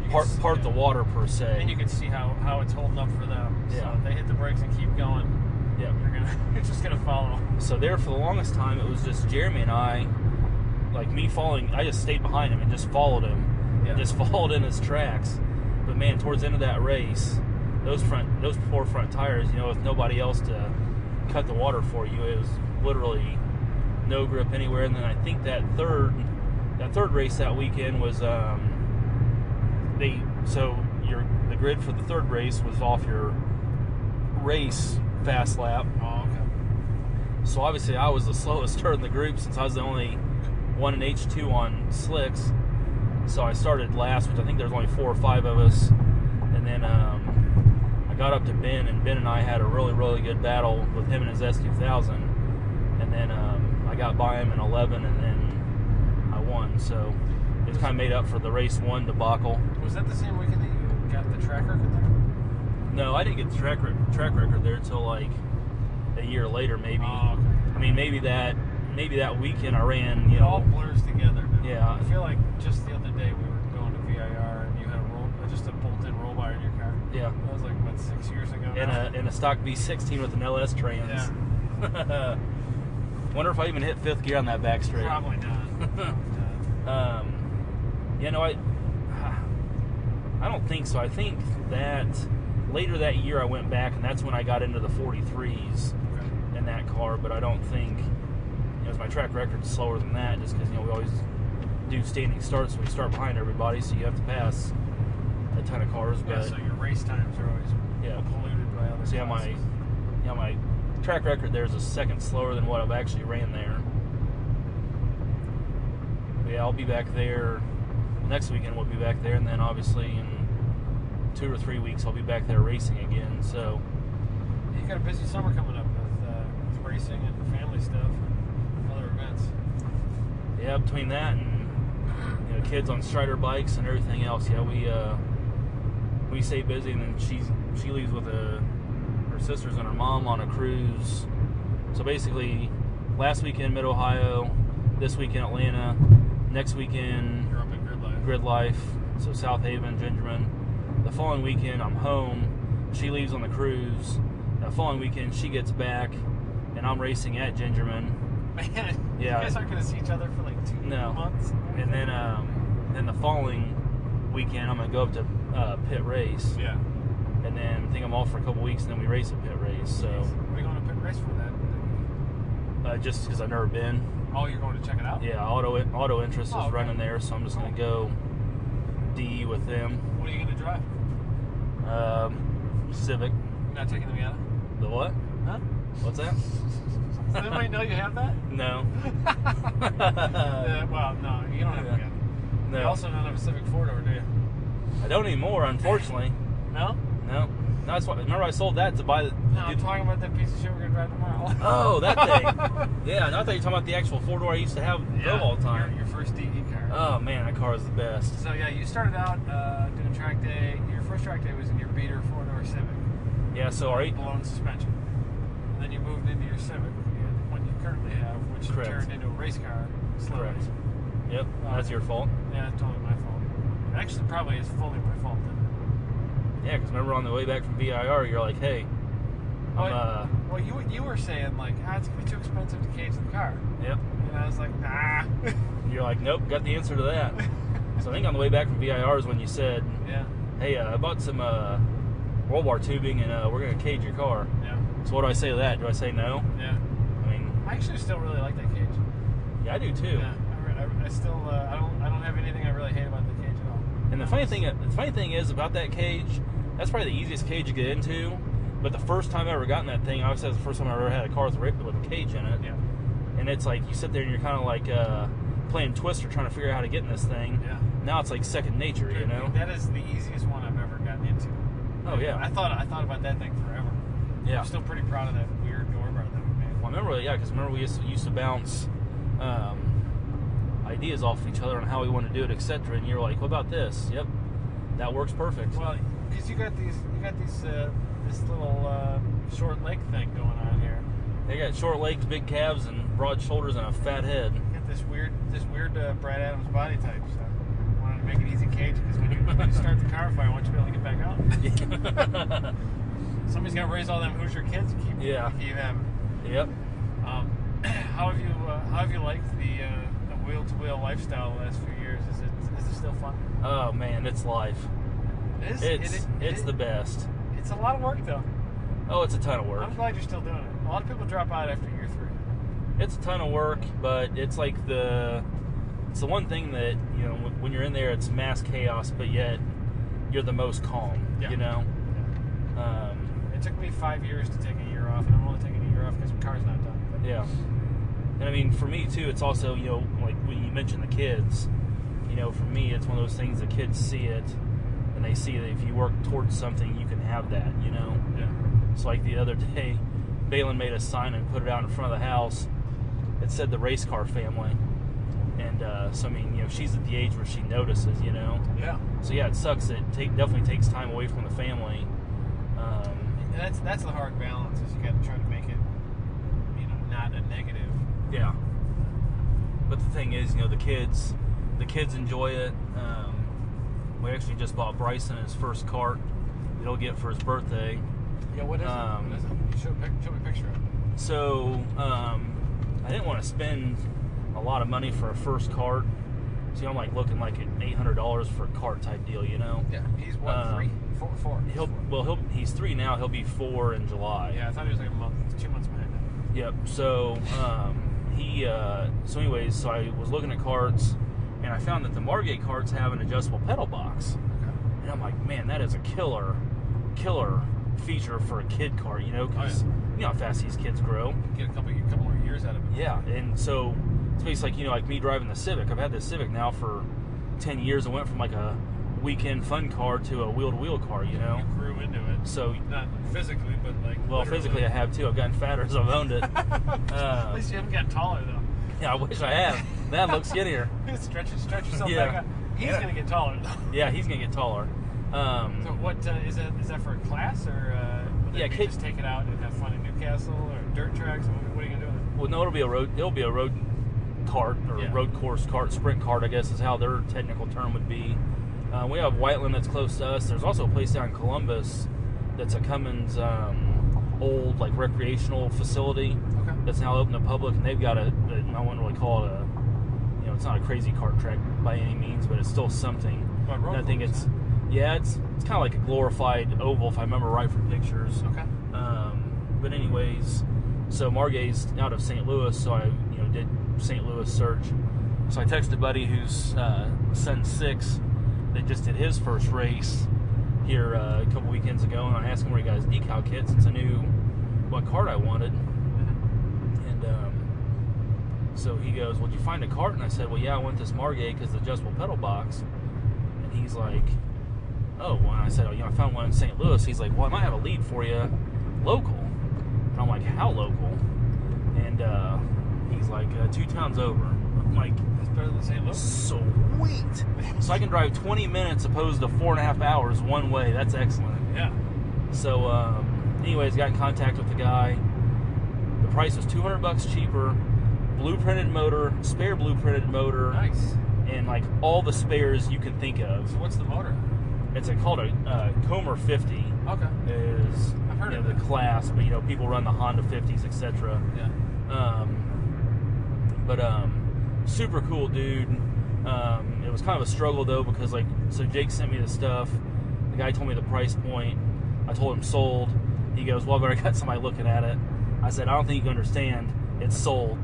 Speaker 4: can
Speaker 2: part
Speaker 4: s-
Speaker 2: part
Speaker 4: yeah.
Speaker 2: the water per se.
Speaker 4: And you can see how, how it's holding up for them.
Speaker 2: Yeah.
Speaker 4: So if they hit the brakes and keep going.
Speaker 2: yeah.
Speaker 4: You're gonna. It's just gonna follow.
Speaker 2: So there for the longest time, it was just Jeremy and I, like me following. I just stayed behind him and just followed him,
Speaker 4: Yeah.
Speaker 2: and just followed in his tracks. But man, towards the end of that race, those front those four front tires, you know, with nobody else to cut the water for you, it was literally no grip anywhere. And then I think that third that third race that weekend was um, they so your the grid for the third race was off your race fast lap.
Speaker 4: Oh, okay.
Speaker 2: So obviously I was the slowest turn in the group since I was the only one in H two on slicks. So I started last, which I think there was only four or five of us, and then um, I got up to Ben, and Ben and I had a really really good battle with him and his S two thousand, and then um, I got by him in eleven, and then I won. So it's kind of made up for the race one debacle.
Speaker 4: Was that the same weekend that you got the track record there?
Speaker 2: No, I didn't get the track re- track record there until like a year later, maybe.
Speaker 4: Oh, okay.
Speaker 2: I mean, maybe that maybe that weekend I ran, you
Speaker 4: It all
Speaker 2: know,
Speaker 4: blurs together. Now.
Speaker 2: Yeah.
Speaker 4: I feel like just the other day we were going to VIR and you had a roll, uh, just a bolt-in roll bar in your car.
Speaker 2: yeah,
Speaker 4: That was like what six years ago.
Speaker 2: in
Speaker 4: now?
Speaker 2: a in a stock V16 with an LS trans. Wonder if I even hit fifth gear on that back straight.
Speaker 4: Probably not.
Speaker 2: Um, you know, I I don't think so. I think that later that year I went back, and that's when I got into the 43s
Speaker 4: Okay.
Speaker 2: in that car. But I don't think you know, my track record's slower than that, just because you know we always do standing starts. We start behind everybody, so you have to pass a ton of cars. But
Speaker 4: Yeah, so your race times are always
Speaker 2: Yeah.
Speaker 4: polluted by other
Speaker 2: So yeah, my
Speaker 4: classes.
Speaker 2: yeah, my track record there is a second slower than what I've actually ran there. But yeah, I'll be back there next weekend. We'll be back there, and then obviously in two or three weeks I'll be back there racing again. So
Speaker 4: You got a busy summer coming up with, uh, with racing and family stuff and other events.
Speaker 2: yeah, between that and you know kids on Strider bikes and everything else, yeah, we uh, we stay busy, and then she's she leaves with a, her sisters and her mom on a cruise. So basically, last weekend Mid Ohio, this weekend Atlanta, next weekend
Speaker 4: You're up at Grid Life.
Speaker 2: Grid Life, so South Haven, Gingerman. The following weekend I'm home. She leaves on the cruise. That following weekend she gets back, and I'm racing at Gingerman.
Speaker 4: Man,
Speaker 2: Yeah.
Speaker 4: you guys aren't going to see each other for like two
Speaker 2: No.
Speaker 4: months.
Speaker 2: And then, um, then the following weekend, I'm gonna go up to uh, pit race,
Speaker 4: yeah.
Speaker 2: and then I think I'm off for a couple weeks, and then we race a pit race. So
Speaker 4: What are you going to pit race for that?
Speaker 2: uh, just because I've never been,
Speaker 4: Oh, you're going to check it out?
Speaker 2: yeah, auto auto interest is
Speaker 4: Oh, okay.
Speaker 2: running there, so I'm just gonna go DE with them.
Speaker 4: What are you going to drive?
Speaker 2: Um, Civic,
Speaker 4: You're not taking the Miata?
Speaker 2: the what?
Speaker 4: Huh?
Speaker 2: What's that?
Speaker 4: Does anybody know you have that?
Speaker 2: No,
Speaker 4: Uh, well, no, you don't have
Speaker 2: Yeah.
Speaker 4: a Miata. You
Speaker 2: no,
Speaker 4: also don't have a Civic Four door, do you?
Speaker 2: I don't anymore, unfortunately.
Speaker 4: No?
Speaker 2: No, no, that's why. Remember, I sold that to buy the.
Speaker 4: No, I'm talking about that piece of shit we're going to drive tomorrow.
Speaker 2: Oh, that thing. yeah, not that you're talking about the actual four door I used to have go all the time.
Speaker 4: Your, your first DE car.
Speaker 2: Oh man, that car is the best.
Speaker 4: So yeah, you started out uh, doing track day. Your first track day was in your beater four door Civic,
Speaker 2: Yeah, so our eight,
Speaker 4: blown suspension. And then you moved into your Civic, and the one you currently have, which you
Speaker 2: Correct.
Speaker 4: turned into a race car. Slowly.
Speaker 2: Correct. yep, that's your fault.
Speaker 4: Yeah, it's totally my fault. Actually, probably is fully my fault. Then.
Speaker 2: Yeah, because remember on the way back from VIR, you're like, hey, I'm
Speaker 4: Well,
Speaker 2: uh,
Speaker 4: well, you you were saying like, ah, it's gonna be too expensive to cage the car,
Speaker 2: yep.
Speaker 4: and I was like, nah.
Speaker 2: You're like, nope, got the answer to that. so I think on the way back from VIR is when you said,
Speaker 4: yeah.
Speaker 2: hey, uh, I bought some uh, World War tubing and uh, we're gonna cage your car.
Speaker 4: Yeah.
Speaker 2: So what do I say to that? Do I say no?
Speaker 4: Yeah.
Speaker 2: I mean,
Speaker 4: I actually still really like that cage.
Speaker 2: yeah, I do too.
Speaker 4: Yeah. I, re- I, re- I still uh, I don't I don't have anything I really hate about the cage at all.
Speaker 2: And the funny thing, the funny thing is about that cage. That's probably the easiest cage to get into. But the first time I ever got in that thing, I always said it's the first time I ever had a car with a, ra- with a cage in it.
Speaker 4: Yeah.
Speaker 2: And it's like you sit there and you're kind of like uh, playing Twister, trying to figure out how to get in this thing.
Speaker 4: Yeah.
Speaker 2: Now it's like second nature, you know?
Speaker 4: That is the easiest one I've ever gotten into.
Speaker 2: Oh
Speaker 4: I
Speaker 2: yeah,
Speaker 4: thought I thought about that thing forever.
Speaker 2: yeah.
Speaker 4: I'm still pretty proud of that weird door bar that we
Speaker 2: Well, I
Speaker 4: made.
Speaker 2: remember, yeah, because remember we used to, used to bounce um, ideas off each other on how we want to do it, etc. And you're like, "What about this? Yep, that works perfect."
Speaker 4: Well, because you got these you got these uh, this little uh, short leg thing going on here.
Speaker 2: They got short legs, big calves, and broad shoulders, and a fat head.
Speaker 4: You got this weird this weird uh, Brad Adams body type. So I wanted to make an easy cage because when you, when you start the car fire, I want you to be able to get back out.
Speaker 2: yep.
Speaker 4: Somebody's gonna raise all them Hoosier kids. and Keep
Speaker 2: Yeah.
Speaker 4: Keep them. Um, how have you uh, How have you liked the uh, the wheel to wheel lifestyle the last few years? Is it is it still fun?
Speaker 2: Oh man, it's life.
Speaker 4: It is-
Speaker 2: It's
Speaker 4: it- it-
Speaker 2: it's the best.
Speaker 4: It's a lot of work, though.
Speaker 2: Oh, it's a ton of work.
Speaker 4: I'm glad you're still doing it. A lot of people drop out after year three.
Speaker 2: It's a ton of work, but it's like the it's the one thing that you know when- when you're in there, it's mass chaos, but yet you're the most calm.
Speaker 4: Yeah.
Speaker 2: You know. Um,
Speaker 4: It took me five years to take a year off, and I'm only taking a year off because my car's not done. But
Speaker 2: Yeah. And I mean, for me too, it's also, you know, like when you mentioned the kids, you know, for me, it's one of those things the kids see it and they see that if you work towards something, you can have that, you know?
Speaker 4: yeah.
Speaker 2: It's like the other day, Balin made a sign and put it out in front of the house. It said the race car family. And uh, so, I mean, you know, she's at the age where she notices, you know?
Speaker 4: Yeah.
Speaker 2: So, yeah, it sucks. It take, definitely takes time away from the family. Um,
Speaker 4: And that's that's the hard balance is you got to try to make it, you know, not a negative.
Speaker 2: Yeah. But the thing is, you know, the kids, the kids enjoy it. Um, we actually just bought Bryson his first cart that he'll get for his birthday.
Speaker 4: Yeah. What is
Speaker 2: Um,
Speaker 4: it? What is it? You Show, pic- show me a picture of it.
Speaker 2: So um, I didn't want to spend a lot of money for a first cart. See, I'm like looking like an $800 for a cart type deal, you know.
Speaker 4: Yeah. He's what
Speaker 2: Um,
Speaker 4: three, four, four. He's
Speaker 2: He'll
Speaker 4: four.
Speaker 2: well, he'll he's three now. He'll be four in July.
Speaker 4: Yeah, I thought he was like a month, two months behind. Him.
Speaker 2: Yep. So um, he. Uh, so, anyways, so I was looking at carts, and I found that the Margate carts have an adjustable pedal box, and I'm like, man, that is a killer, killer feature for a kid cart, you know? Because
Speaker 4: Oh,
Speaker 2: you know how fast these kids grow.
Speaker 4: Get a couple, a couple more years out of it.
Speaker 2: Yeah. And so it's basically like you know, like me driving the Civic. I've had this Civic now for ten years. I went from like a weekend fun car to a wheel-to-wheel car, you know?
Speaker 4: You grew into it.
Speaker 2: So.
Speaker 4: Not physically, but like.
Speaker 2: Well,
Speaker 4: literally.
Speaker 2: physically, I have too. I've gotten fatter as I've owned it.
Speaker 4: At
Speaker 2: Uh,
Speaker 4: least you haven't gotten taller though.
Speaker 2: yeah, I wish I had. That looks skinnier.
Speaker 4: stretch, stretch yourself
Speaker 2: Yeah.
Speaker 4: back up. He's
Speaker 2: Yeah.
Speaker 4: gonna get taller though.
Speaker 2: Yeah, he's gonna get taller. Um,
Speaker 4: So what uh, is that? Is that for a class or? Uh, will they
Speaker 2: Yeah,
Speaker 4: be
Speaker 2: kid-
Speaker 4: just take it out and have fun in Newcastle or dirt tracks? What, what are you gonna do? With it?
Speaker 2: well, no, it'll be a road. It'll be a road cart or
Speaker 4: Yeah.
Speaker 2: road course cart, sprint cart, I guess is how their technical term would be. Uh, we have Whiteland that's close to us. There's also a place down in Columbus that's a Cummins um, old like recreational facility
Speaker 4: Okay.
Speaker 2: that's now open to public, and they've got a. a- I wouldn't really call it a. You know, it's not a crazy cart track by any means, but it's still something.
Speaker 4: But
Speaker 2: And
Speaker 4: road
Speaker 2: I think
Speaker 4: course,
Speaker 2: it's
Speaker 4: huh?
Speaker 2: yeah, it's it's kind of like a glorified oval if I remember right from pictures.
Speaker 4: Okay.
Speaker 2: Um, but anyways, so Margate's out of St. Louis, so I you know did St. Louis search. So I texted a buddy whose uh, son's six that just did his first race here uh, a couple weekends ago, and I asked him where he got his decal kit since I knew what card I wanted, and um, so he goes, "Well, did you find a cart?" And I said, "Well, yeah, I want this Margate because the adjustable pedal box." And he's like, "Oh," well, and I said, "Oh, you know, I found one in St. Louis." He's like, "Well, I might have a lead for you, local." And I'm like, "How local?" And uh, he's like, uh, two towns over." I'm like,
Speaker 4: That's better than St. Louis.
Speaker 2: "Sweet!" So I can drive 20 minutes opposed to four and a half hours one way. That's excellent.
Speaker 4: Yeah.
Speaker 2: So, um, anyways, got in contact with the guy. The price was 200 bucks cheaper. Blueprinted motor, spare blueprinted motor,
Speaker 4: Nice.
Speaker 2: and like all the spares you can think of.
Speaker 4: So what's the motor?
Speaker 2: It's a, called a uh, Comer 50.
Speaker 4: Okay.
Speaker 2: Is
Speaker 4: I've heard
Speaker 2: you
Speaker 4: of
Speaker 2: know, the
Speaker 4: that.
Speaker 2: class, but you know people run the Honda 50s, etc.
Speaker 4: Yeah.
Speaker 2: Um, but um, super cool dude. Um, it was kind of a struggle though because like so Jake sent me the stuff. The guy told me the price point. I told him sold. He goes, well, but I got somebody looking at it. I said, I don't think you understand. It's sold.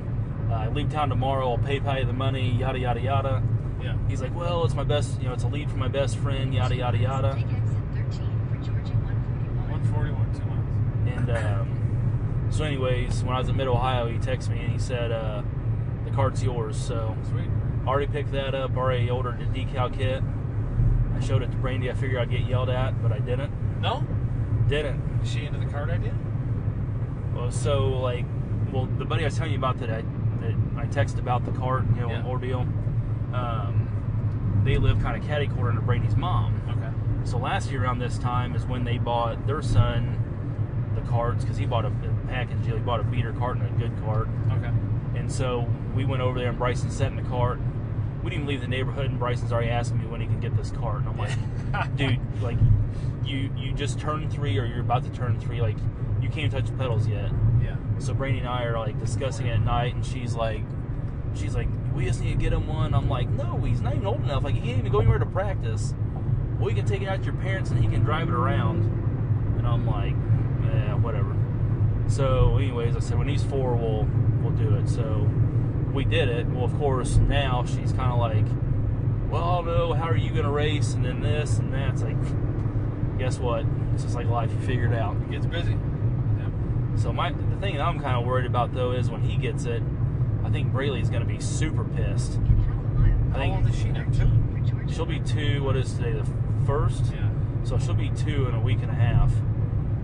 Speaker 2: Uh, I leave town tomorrow. I'll PayPal you the money. Yada yada yada.
Speaker 4: Yeah.
Speaker 2: He's like, well, it's my best. You know, it's a lead for my best friend. Yada yada yada.
Speaker 3: Take exit 13 for Georgia 141.
Speaker 4: 141, two miles.
Speaker 2: And um, so, anyways, when I was in Mid Ohio, he texted me and he said, uh, "The card's yours." So
Speaker 4: Sweet.
Speaker 2: already picked that up. Already ordered the decal kit. I showed it to Brandy. I figured I'd get yelled at, but I didn't.
Speaker 4: No?
Speaker 2: Didn't.
Speaker 4: Is she into the card idea?
Speaker 2: Well, so like, well, the buddy I was telling you about that I that I texted about the cart, you know,
Speaker 4: Yeah.
Speaker 2: ordeal. Um, they live kind of catty corner to Brady's mom.
Speaker 4: Okay.
Speaker 2: So last year around this time is when they bought their son the cards because he bought a, a package deal. He bought a beater cart and a good cart.
Speaker 4: Okay.
Speaker 2: And so we went over there and Bryson sat in the cart. We didn't even leave the neighborhood and Bryson's already asking me when he can get this cart. And I'm like, dude, like you you just turned three or you're about to turn three, like you can't touch the pedals yet.
Speaker 4: Yeah.
Speaker 2: So Brandy and I are like discussing it at night and she's like she's like, We just need to get him one. I'm like, No, he's not even old enough, like he can't even go anywhere to practice. Well you can take it out to your parents and he can drive it around. And and I'm like, yeah, whatever. So, anyways, I said when he's four, we'll we'll do it. So we did it. Well, of course, now she's kind of like, well, no, how are you gonna race? And then this and that. It's like, guess what? It's just like life. You figure it out.
Speaker 4: It gets busy.
Speaker 2: So my the thing that I'm kind of worried about though is when he gets it, I think Braley's gonna be super pissed.
Speaker 3: In half a mile,
Speaker 2: I
Speaker 4: How
Speaker 2: think
Speaker 4: old is she now? Two.
Speaker 3: for Georgia.
Speaker 2: She'll be two. What is today? The first.
Speaker 4: Yeah.
Speaker 2: So she'll be two in a week and a half.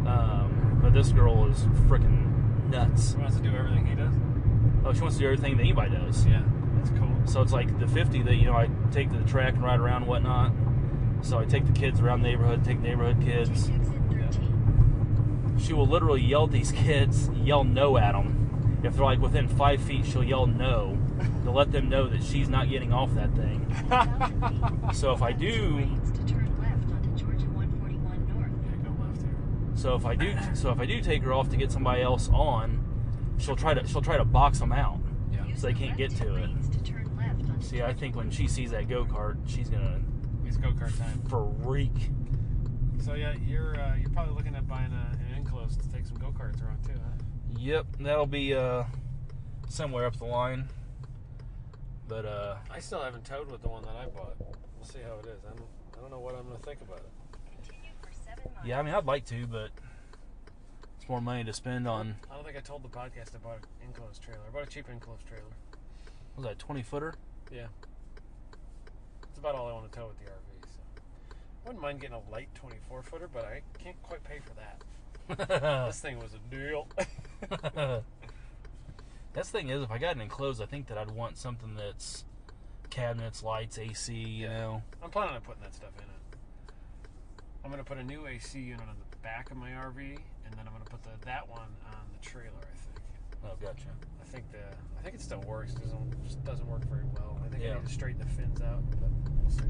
Speaker 2: Um, but this girl is freaking nuts.
Speaker 4: She wants to do everything he does.
Speaker 2: Oh, she wants to do everything that anybody does.
Speaker 4: Yeah. That's cool.
Speaker 2: So it's like the 50 that you know I take to the track and ride around and whatnot. So I take the kids around the neighborhood, take neighborhood
Speaker 3: Take
Speaker 2: kids.
Speaker 3: exit 13.
Speaker 2: She will literally yell at these kids, yell no at them. If they're like within five feet, she'll yell no to let them know that she's not getting off that thing. So if I do,
Speaker 4: Yeah, go left here.
Speaker 2: so if I do, so if I do take her off to get somebody else on, she'll try to she'll try to box them out.
Speaker 4: Yeah.
Speaker 2: So they can't get to it. See, I think when she sees that go kart, she's gonna uh,
Speaker 4: It's go kart time.
Speaker 2: freak.
Speaker 4: So yeah, you're uh, you're probably looking at buying a, an enclosed to take some go karts around too, huh?
Speaker 2: Yep, that'll be uh somewhere up the line. But uh
Speaker 4: I still haven't towed with the one that I bought. We'll see how it is. I'm, I don't know what I'm gonna think about it.
Speaker 2: yeah, I mean I'd like to, but it's more money to spend on
Speaker 4: I don't think I told the podcast I bought an enclosed trailer. I bought a cheap enclosed trailer.
Speaker 2: what was that twenty footer?
Speaker 4: Yeah. It's about all I want to tow with the RV. So. I wouldn't mind getting a light 24 footer, but I can't quite pay for that. This thing was a deal.
Speaker 2: That's the thing is if I got an enclosed I think that I'd want something that's cabinets, lights, AC, you know.
Speaker 4: I'm planning on putting that stuff in it. I'm gonna put a new AC unit on the back of my RV, and then I'm gonna put the, that one on the trailer. I think.
Speaker 2: Oh gotcha.
Speaker 4: I think the I think it still works. Doesn't just doesn't work very well. I think
Speaker 2: Yeah.
Speaker 4: I need to straighten the fins out. But we'll see.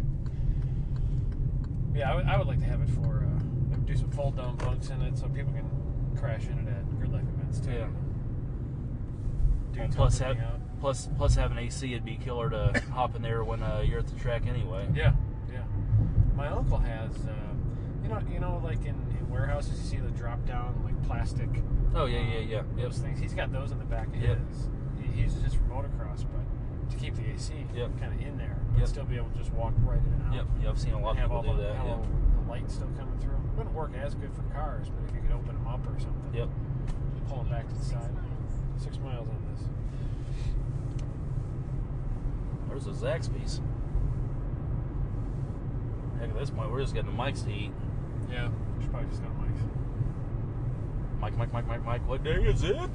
Speaker 4: Yeah, I would- I would like to have it for uh, maybe do some fold down bunks in it so people can crash in it at grid life events too.
Speaker 2: Yeah.
Speaker 4: Do
Speaker 2: And plus have
Speaker 4: something out.
Speaker 2: plus plus have an AC it'd be killer to hop in there when uh, you're at the track anyway.
Speaker 4: Yeah, yeah. My uncle has, uh, you know, you know, like in, in warehouses, you see the drop down like plastic.
Speaker 2: Oh yeah, yeah, yeah. Yep.
Speaker 4: Those things. He's got those in the back of
Speaker 2: Yep.
Speaker 4: his. He, he's just for motocross, but to keep the AC
Speaker 2: Yep.
Speaker 4: kind of in there, but
Speaker 2: Yep.
Speaker 4: still be able to just walk right in and out.
Speaker 2: Yep, yeah, I've seen a lot of
Speaker 4: have
Speaker 2: people
Speaker 4: all
Speaker 2: do
Speaker 4: the,
Speaker 2: that.
Speaker 4: have
Speaker 2: yeah.
Speaker 4: all the light still coming through. Wouldn't work as good for cars, but if you could open them up or something.
Speaker 2: Yep.
Speaker 4: Pull it back to the side. Six miles on this.
Speaker 2: Where's the Zaxby's? Heck, at this point, we're just getting the mics to eat.
Speaker 4: Yeah. Should probably just go mics.
Speaker 2: Mike, Mike, Mike, Mike, Mike, what day is it?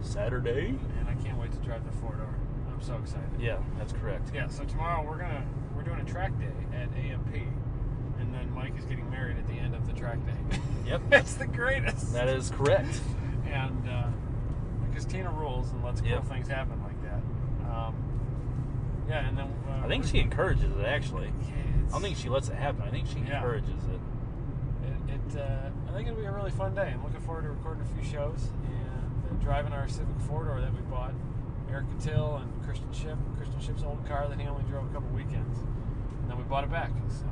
Speaker 2: Saturday?
Speaker 4: Man, I can't wait to drive the four door. I'm so excited.
Speaker 2: Yeah, that's correct.
Speaker 4: Yeah, so tomorrow we're gonna we're doing a track day at AMP, and then Mike is getting married at the end of the track day.
Speaker 2: Yep.
Speaker 4: That's the greatest.
Speaker 2: That is correct.
Speaker 4: And uh, because Tina rules and lets
Speaker 2: Yep.
Speaker 4: cool things happen like that. Um, yeah, and then uh,
Speaker 2: I think she encourages it, actually.
Speaker 4: Yeah,
Speaker 2: I don't
Speaker 4: it's-
Speaker 2: think she lets it happen. I think she
Speaker 4: Yeah.
Speaker 2: encourages it.
Speaker 4: It, it uh, I think it'll be a really fun day. I'm looking forward to recording a few shows and uh, driving our Civic four door that we bought. Eric Cattell and Christian Ship. Christian Ship's old car that he only drove a couple weekends, and then we bought it back. So,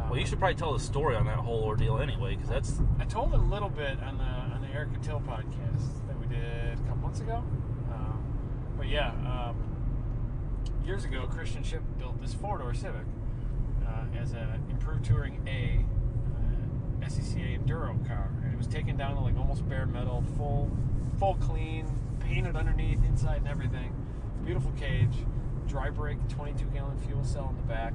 Speaker 4: um,
Speaker 2: Well, you should probably tell the story on that whole ordeal anyway, because that's.
Speaker 4: I told a little bit on the on the Eric Cattell podcast that we did a couple months ago, um, but yeah, um, years ago Christian Ship built this four door Civic uh, as a improved touring A uh, SCCA enduro car, and it was taken down to like almost bare metal, full full clean, painted underneath, inside, and everything. Beautiful cage, dry brake, 22 gallon fuel cell in the back.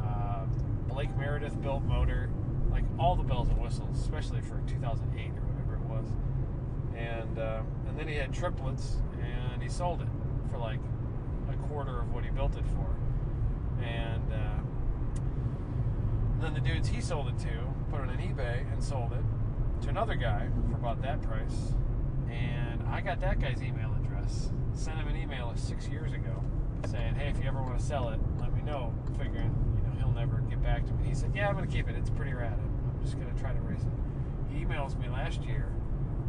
Speaker 4: Uh, Blake Meredith built motor, like all the bells and whistles, especially for 2008 or whatever it was. And uh, and then he had triplets, and he sold it for like a quarter of what he built it for. And uh, then the dudes he sold it to put it on eBay and sold it to another guy for about that price. And I got that guy's email address. Sent him an email six years ago saying, hey, if you ever want to sell it, let me know. Figuring, you know, he'll never get back to me. He said, yeah, I'm going to keep it. It's pretty rad. I'm I'm just going to try to race it. He emails me last year.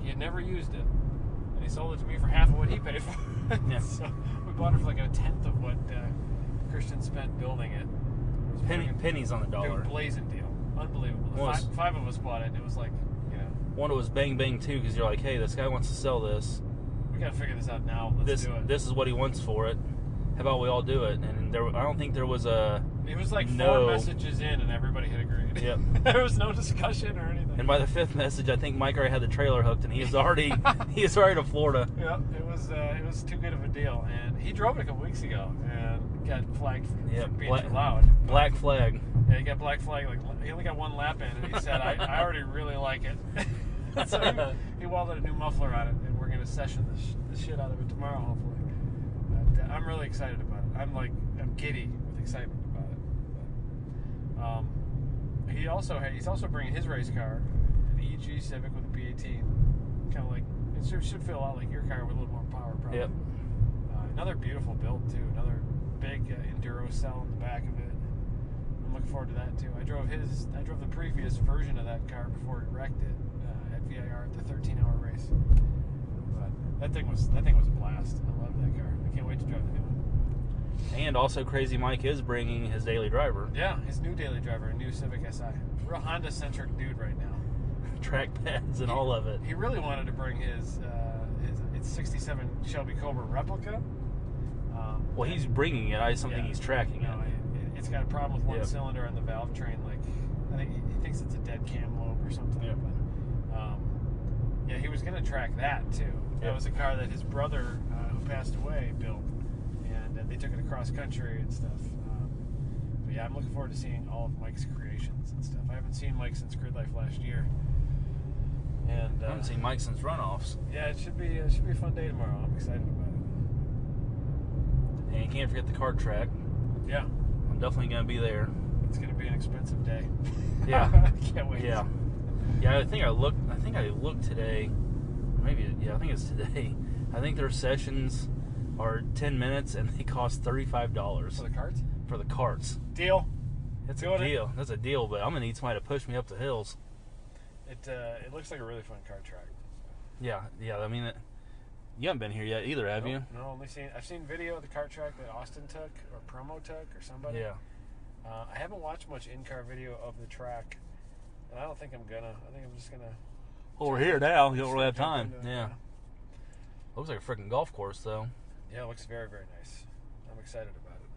Speaker 4: He had never used it. And he sold it to me for half of what he paid for it.
Speaker 2: Yeah.
Speaker 4: so we bought it for like a tenth of what uh, Christian spent building it. It was
Speaker 2: Penny,
Speaker 4: friggin-
Speaker 2: pennies on the
Speaker 4: Dude,
Speaker 2: dollar.
Speaker 4: blazing deal. Unbelievable. The
Speaker 2: Was.
Speaker 4: Five, five of us bought it. and It was like, you know,
Speaker 2: One was Bang Bang too, because you're like, hey, this guy wants to sell this.
Speaker 4: we gotta figure this out now. Let's
Speaker 2: this
Speaker 4: do it.
Speaker 2: this is what he wants for it. How about we all do it? And there, I don't think there was a.
Speaker 4: it was like
Speaker 2: No.
Speaker 4: four messages in, and everybody had agreed.
Speaker 2: Yep.
Speaker 4: there was no discussion or anything.
Speaker 2: And by the fifth message, I think Mike already had the trailer hooked, and he's already he is already to Florida.
Speaker 4: Yep, it was uh, it was too good of a deal, and he drove it a couple weeks ago and got flagged for
Speaker 2: Yep,
Speaker 4: for being
Speaker 2: black-
Speaker 4: too loud.
Speaker 2: Black Flag.
Speaker 4: Yeah, he got black flag. Like he only got one lap in, and he said, "I, I already really like it." so he, he welded a new muffler on it, and we're gonna session the, sh- the shit out of it tomorrow, hopefully. But, uh, I'm really excited about it. I'm like, I'm giddy with excitement about it. But, um, he also had, he's also bringing his race car, an EG Civic with a B18, kind of like it should, should feel a lot like your car with a little more power, probably.
Speaker 2: Yep.
Speaker 4: Uh, another beautiful build too. Another big uh, enduro cell in the back of it. I'm looking forward to that too. I drove his. I drove the previous version of that car before he wrecked it uh, at VIR at the 13-hour race. But that thing was that thing was a blast. I love that car. I can't wait to drive the new one.
Speaker 2: And also, Crazy Mike is bringing his daily driver,
Speaker 4: Yeah, his new daily driver, a new Civic SI. Real Honda centric dude right now.
Speaker 2: track pads, and all of it.
Speaker 4: He really wanted to bring his uh, his it's 67 Shelby Cobra replica. Um,
Speaker 2: Well, he's bringing it. I just don't think
Speaker 4: Yeah.
Speaker 2: he's tracking
Speaker 4: No,
Speaker 2: it.
Speaker 4: it- it, it's got a problem with one
Speaker 2: Yep.
Speaker 4: cylinder on the valve train. Like, I think he, he thinks it's a dead cam lobe or something.
Speaker 2: Yep.
Speaker 4: But, um, yeah, he was going to track that too. That
Speaker 2: Yep.
Speaker 4: was a car that his brother, uh, who passed away, built, and uh, they took it across country and stuff. Um, but yeah, I'm looking forward to seeing all of Mike's creations and stuff. I haven't seen Mike since Grid Life last year. And
Speaker 2: I
Speaker 4: uh,
Speaker 2: haven't seen Mike since runoffs.
Speaker 4: yeah, it should be it should be a fun day tomorrow. I'm excited about it.
Speaker 2: And you can't forget the card track.
Speaker 4: Yeah,
Speaker 2: I'm definitely going to be there.
Speaker 4: it's going to be an expensive day.
Speaker 2: Yeah.
Speaker 4: can't wait.
Speaker 2: Yeah. Yeah, I think I looked. I think I looked today. Maybe yeah, I think it's today. I think their sessions are ten minutes and they cost thirty five dollars
Speaker 4: For the cards?
Speaker 2: for the carts.
Speaker 4: Deal.
Speaker 2: That's
Speaker 4: Doing
Speaker 2: a
Speaker 4: it.
Speaker 2: deal. That's a deal. But I'm gonna need somebody to push me up the hills.
Speaker 4: It uh, it looks like a really fun car track.
Speaker 2: Yeah, yeah. I mean, it, you haven't been here yet either, have you?
Speaker 4: No, only seen I've seen video of the car track that Austin took or promo took or somebody.
Speaker 2: Yeah.
Speaker 4: Uh, I haven't watched much in car video of the track, and I don't think I'm gonna. I think I'm just gonna.
Speaker 2: Well, we're here now. You don't really have
Speaker 4: jump
Speaker 2: time.
Speaker 4: into-
Speaker 2: Yeah. Looks like a freaking golf course though.
Speaker 4: Yeah, it looks very very nice. I'm excited about it.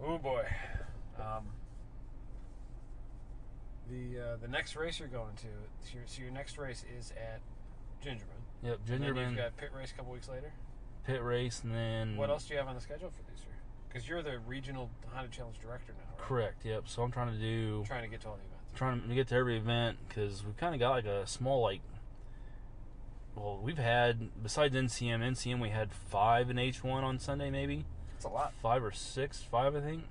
Speaker 4: But. Oh boy. Um, the uh, the next race you're going to, so your, so your next race is at Gingerman.
Speaker 2: Yep.
Speaker 4: And then
Speaker 2: Gingerman Mm.
Speaker 4: You've got pit race a couple weeks later.
Speaker 2: pit race and then
Speaker 4: What else do you have on the schedule for this year? Because you're the regional Honda Challenge director now, right?
Speaker 2: Correct. Yep. So I'm trying to do.
Speaker 4: I'm trying to get to all the events.
Speaker 2: trying to get to every event because we've kind of got like a small like well we've had besides ncm ncm we had five in h1 on sunday maybe
Speaker 4: It's a lot.
Speaker 2: five or six five i think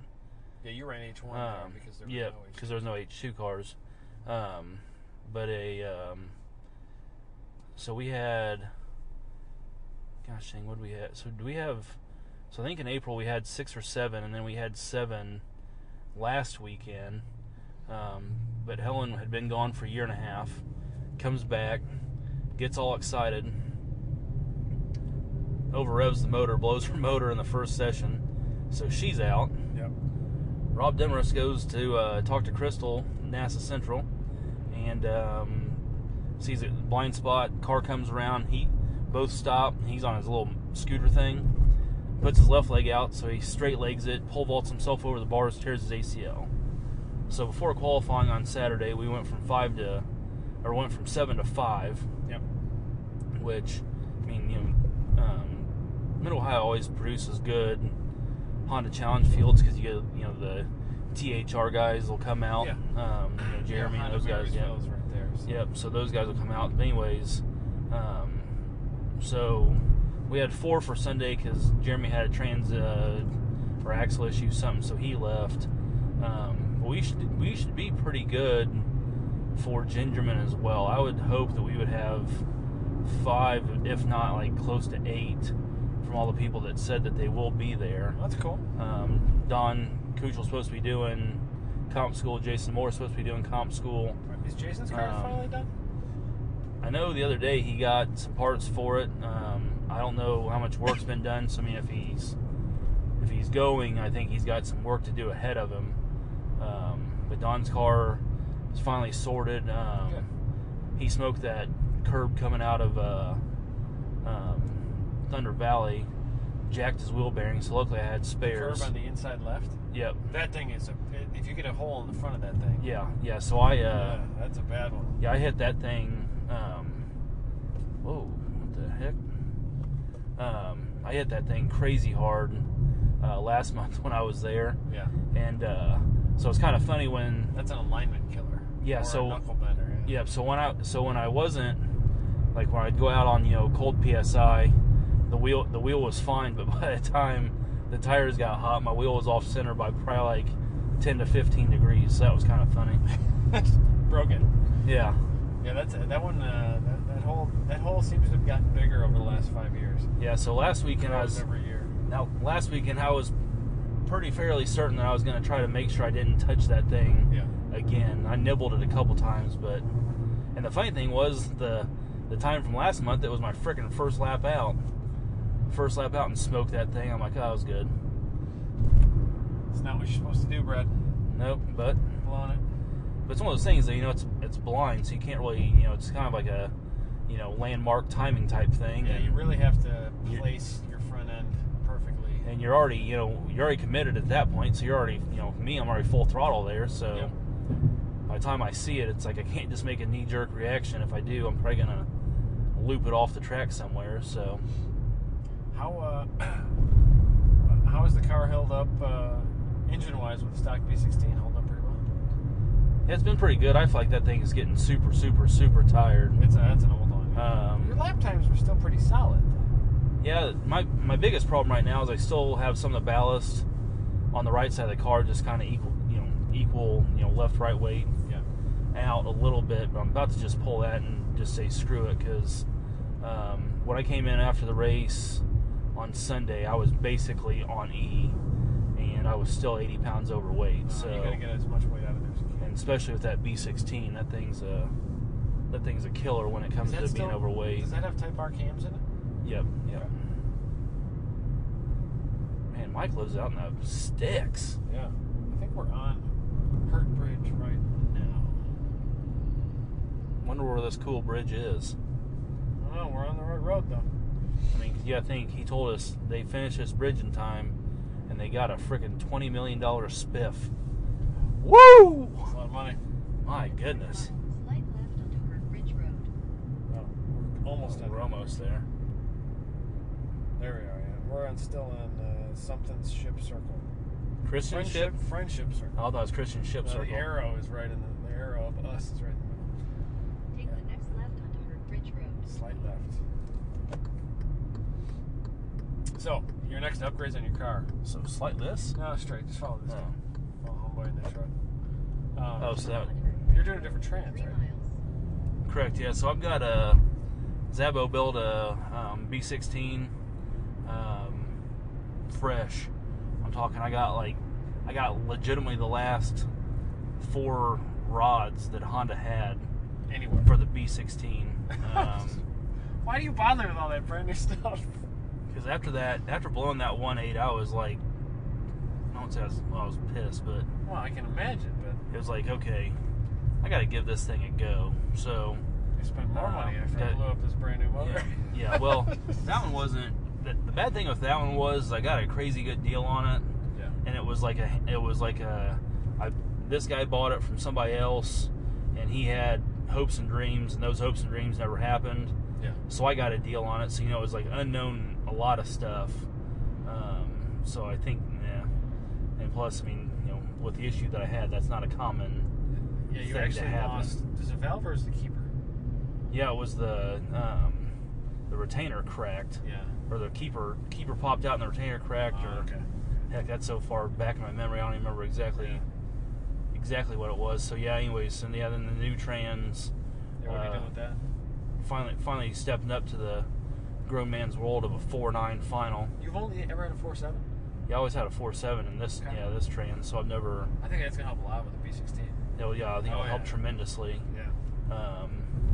Speaker 4: Yeah, you ran H1 there
Speaker 2: um,
Speaker 4: because there was
Speaker 2: yeah
Speaker 4: no
Speaker 2: because there was no h2 cars um, but a um, so we had gosh dang what do we have so do we have so i think in april we had six or seven and then we had seven last weekend um, but helen had been gone for a year and a half comes back gets all excited over revs the motor blows her motor in the first session so she's out
Speaker 4: Yep.
Speaker 2: Rob Demarest goes to uh, talk to Crystal, NASA Central, and um, sees a blind spot. Car comes around. He both stop. He's on his little scooter thing. Puts his left leg out, so he straight legs it. Pole vaults himself over the bars, tears his ACL. So before qualifying on Saturday, we went from five to, or went from seven to five
Speaker 4: Yep.
Speaker 2: which I mean, you know, um, Mid Ohio always produces good Honda Challenge fields because you get you know the THR guys will come out,
Speaker 4: Yeah.
Speaker 2: um, you know, Jeremy,
Speaker 4: yeah,
Speaker 2: and
Speaker 4: Honda
Speaker 2: those guys, yeah,
Speaker 4: Marysville is right there. so-
Speaker 2: yep. So those guys will come out. But anyways, um, so we had four for Sunday because Jeremy had a trans uh, or axle issue, something, so he left. Um, but we should we should be pretty good for Gingerman as well. I would hope that we would have five, if not like close to eight, from all the people that said that they will be there.
Speaker 4: That's cool.
Speaker 2: Um, Don Kuchel's supposed to be doing comp school. Jason Moore's supposed to be doing comp school.
Speaker 4: Is Jason's car
Speaker 2: Um,
Speaker 4: finally done?
Speaker 2: I know the other day he got some parts for it. Um, I don't know how much work's been done. So I mean, if he's if he's going, I think he's got some work to do ahead of him. Um, but But Don's car is finally sorted. Um,
Speaker 4: Good.
Speaker 2: He smoked that curb coming out of uh, um, Thunder Valley, jacked his wheel bearing. So luckily I had spares.
Speaker 4: Curb on the inside left.
Speaker 2: Yep.
Speaker 4: That thing is a. If you get a hole in the front of that thing.
Speaker 2: Yeah. Yeah. So I. Uh,
Speaker 4: Yeah, that's a bad one.
Speaker 2: Yeah, I hit that thing. Um, whoa, what the heck? Um, I hit that thing crazy hard uh, last month when I was there,
Speaker 4: Yeah.
Speaker 2: and uh, so it's kind of funny when.
Speaker 4: That's an alignment killer.
Speaker 2: Yeah,
Speaker 4: Or a
Speaker 2: so-
Speaker 4: knuckle bender. Yeah.
Speaker 2: Yeah, so when I so when I wasn't like when I'd go out on you know cold psi, the wheel the wheel was fine, but by the time the tires got hot, my wheel was off center by probably like ten to fifteen degrees. So that was kind of funny.
Speaker 4: Broken.
Speaker 2: Yeah,
Speaker 4: Yeah, that's that one. Uh, that, that hole. That hole seems to have gotten bigger over the last five years.
Speaker 2: yeah. So last weekend I was.
Speaker 4: every year.
Speaker 2: Now, last weekend I was pretty fairly certain that I was going to try to make sure I didn't touch that thing
Speaker 4: Yeah.
Speaker 2: again. I nibbled it a couple times, but and the funny thing was the the time from last month it was my freaking first lap out, first lap out and smoked that thing. I'm like, oh, that was good.
Speaker 4: It's not what you're supposed to do, Brad.
Speaker 2: Nope, but
Speaker 4: Blowing it.
Speaker 2: but it's one of those things that you know it's it's blind, so you can't really you know it's kind of like a you know landmark timing type thing.
Speaker 4: Yeah,
Speaker 2: and-
Speaker 4: you really have to
Speaker 2: You-
Speaker 4: place your front end perfectly.
Speaker 2: and you're already you know you're already committed at that point so you're already you know me i'm already full throttle there so
Speaker 4: Yep.
Speaker 2: by the time i see it it's like i can't just make a knee-jerk reaction if i do i'm probably gonna loop it off the track somewhere so
Speaker 4: How uh, how is the car held up uh, engine wise with the stock V16? Holding up pretty well.
Speaker 2: yeah, it's been pretty good i feel like that thing is getting super super super tired
Speaker 4: It's a, that's an old one. your
Speaker 2: um,
Speaker 4: lap times were still pretty solid. Though.
Speaker 2: yeah my, my biggest problem right now is i still have some of the ballast on the right side of the car just kind of equal you know equal you know left right weight
Speaker 4: Yeah.
Speaker 2: out a little bit, but I'm about to just pull that and just say screw it because um, when I came in after the race on Sunday, I was basically on E, and I was still 80 pounds overweight.
Speaker 4: So Uh, you
Speaker 2: so,
Speaker 4: gotta get as much weight out of there as you can.
Speaker 2: and especially with that B16, that thing's a that thing's a killer when it comes
Speaker 4: Is that
Speaker 2: to
Speaker 4: still-
Speaker 2: being overweight.
Speaker 4: Does that have Type R cams in it?
Speaker 2: Yep, yep. Man, Mike lives out in the sticks.
Speaker 4: Yeah. I think we're on Hurt Bridge right now.
Speaker 2: Wonder where this cool bridge is.
Speaker 4: I don't know. Oh, We're on the right road though.
Speaker 2: I mean, 'cause you gotta think he told us they finished this bridge in time, and they got a freaking twenty million dollar spiff. Woo!
Speaker 4: It's a lot of money.
Speaker 2: My goodness,
Speaker 3: Slight left onto Hurt Bridge Road.
Speaker 4: Oh, we're almost
Speaker 2: Oh,
Speaker 4: on
Speaker 2: we're almost there.
Speaker 4: There we are. Yeah. We're on still on uh, something's ship circle.
Speaker 2: Christian ship.
Speaker 4: Friendship circle.
Speaker 2: Oh, that was Christian ship
Speaker 4: Uh,
Speaker 2: circle.
Speaker 4: The arrow is right in the, the arrow of us is right in the middle.
Speaker 3: Take the next left onto Hurt Bridge Road.
Speaker 4: Slight left. So your next upgrades on your car?
Speaker 2: So slight this.
Speaker 4: No, straight. Just follow this
Speaker 2: Oh.
Speaker 4: guy. Follow homeboy in that truck. Um,
Speaker 2: Oh, so that
Speaker 4: you're doing a different trans,
Speaker 3: Three
Speaker 4: right?
Speaker 3: miles.
Speaker 2: correct. Yeah. So I've got a Zabo built a um, B16 um, fresh. I'm talking. I got like I got legitimately the last four rods that Honda had
Speaker 4: Anyway.
Speaker 2: for the B16. Um,
Speaker 4: Why do you bother with all that brand new stuff?
Speaker 2: Because after that, after blowing that one eight, I was like, I don't say I was, well, I was pissed, but
Speaker 4: Well, I can imagine, but
Speaker 2: it was like, okay, I got to give this thing a go. So
Speaker 4: I spent more
Speaker 2: Um,
Speaker 4: money after I
Speaker 2: that-
Speaker 4: blew up this brand new motor.
Speaker 2: yeah, yeah, well, that one wasn't. The, the bad thing with that one was I got a crazy good deal on it,
Speaker 4: yeah.
Speaker 2: and it was like a, it was like a, I, this guy bought it from somebody else, and he had hopes and dreams, and those hopes and dreams never happened.
Speaker 4: Yeah.
Speaker 2: so I got a deal on it. So you know, it was like unknown a lot of stuff. Um, so I think, yeah. And plus, I mean, you know, with the issue that I had, that's not a common.
Speaker 4: Yeah,
Speaker 2: thing
Speaker 4: you
Speaker 2: to
Speaker 4: actually
Speaker 2: happen.
Speaker 4: lost. Does it valve or is the keeper?
Speaker 2: Yeah, it was the um, the retainer cracked,
Speaker 4: Yeah. Oh,
Speaker 2: or the keeper keeper popped out and the retainer cracked, or
Speaker 4: okay.
Speaker 2: heck, that's so far back in my memory, I don't even remember exactly
Speaker 4: Yeah.
Speaker 2: exactly what it was. So yeah, anyways, and yeah, then the new trans.
Speaker 4: Yeah, what are you
Speaker 2: Uh,
Speaker 4: doing with that?
Speaker 2: Finally, finally stepping up to the grown man's world of a four nine final.
Speaker 4: You've only ever had a four seven.
Speaker 2: Yeah, I always had a four seven in this
Speaker 4: Okay.
Speaker 2: yeah this trans, so I've never.
Speaker 4: I think that's gonna help a lot with the B sixteen.
Speaker 2: Oh yeah, I think
Speaker 4: Oh,
Speaker 2: it'll
Speaker 4: yeah.
Speaker 2: help tremendously.
Speaker 4: Yeah.
Speaker 2: Um,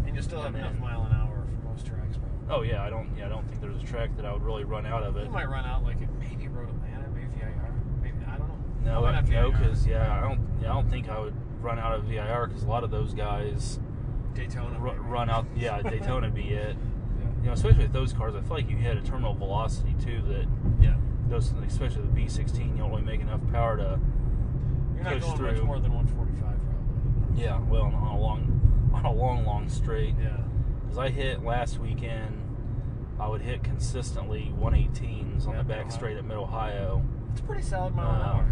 Speaker 4: And you'll still have
Speaker 2: And
Speaker 4: enough
Speaker 2: then-
Speaker 4: mile an hour for most tracks, probably.
Speaker 2: oh yeah, I don't yeah I don't think there's a track that I would really run out of it.
Speaker 4: You might run out like at maybe Road Atlanta, maybe IR, maybe I don't know.
Speaker 2: No,
Speaker 4: Probably
Speaker 2: I-
Speaker 4: not
Speaker 2: no,
Speaker 4: VIR.
Speaker 2: because yeah I don't yeah I don't think I would run out of VIR because a lot of those guys
Speaker 4: Daytona
Speaker 2: ru-
Speaker 4: maybe.
Speaker 2: run out. Yeah, Daytona be it.
Speaker 4: Yeah.
Speaker 2: You know, especially with those cars, I feel like you hit a terminal velocity too. That
Speaker 4: yeah.
Speaker 2: those, especially the B16, you don't really make enough power to.
Speaker 4: You're not
Speaker 2: Push
Speaker 4: going much
Speaker 2: through.
Speaker 4: more than 145 probably.
Speaker 2: Yeah, well, on a long, on a long, long straight.
Speaker 4: Yeah.
Speaker 2: Because I hit last weekend, I would hit consistently 118s on
Speaker 4: Yeah, uh-huh.
Speaker 2: the back
Speaker 4: Ohio.
Speaker 2: straight at Mid Ohio.
Speaker 4: It's a pretty solid mile an
Speaker 2: Uh,
Speaker 4: hour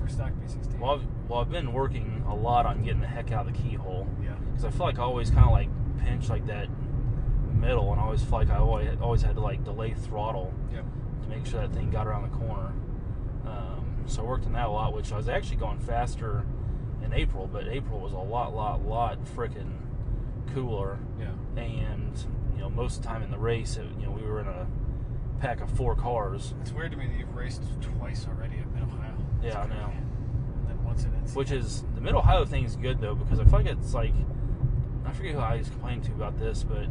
Speaker 4: for stock B16.
Speaker 2: Well, I've, well, I've been working a lot on getting the heck out of the keyhole
Speaker 4: yeah.
Speaker 2: because I feel like I always kind of like pinch like that middle, and I always feel like I always always had to like delay throttle
Speaker 4: Yep.
Speaker 2: to make sure that thing got around the corner. Um, so I worked on that a lot, which I was actually going faster in April, but April was a lot, lot, lot freaking cooler.
Speaker 4: Yeah.
Speaker 2: and you know most of the time in the race it, you know we were in a pack of four cars
Speaker 4: It's weird to me that you've raced twice already at Mid Ohio. That's
Speaker 2: Yeah, I know.
Speaker 4: crazy. And then once at NC.
Speaker 2: which is the mid ohio thing's good though because i feel like it's like i forget who i was complaining to about this but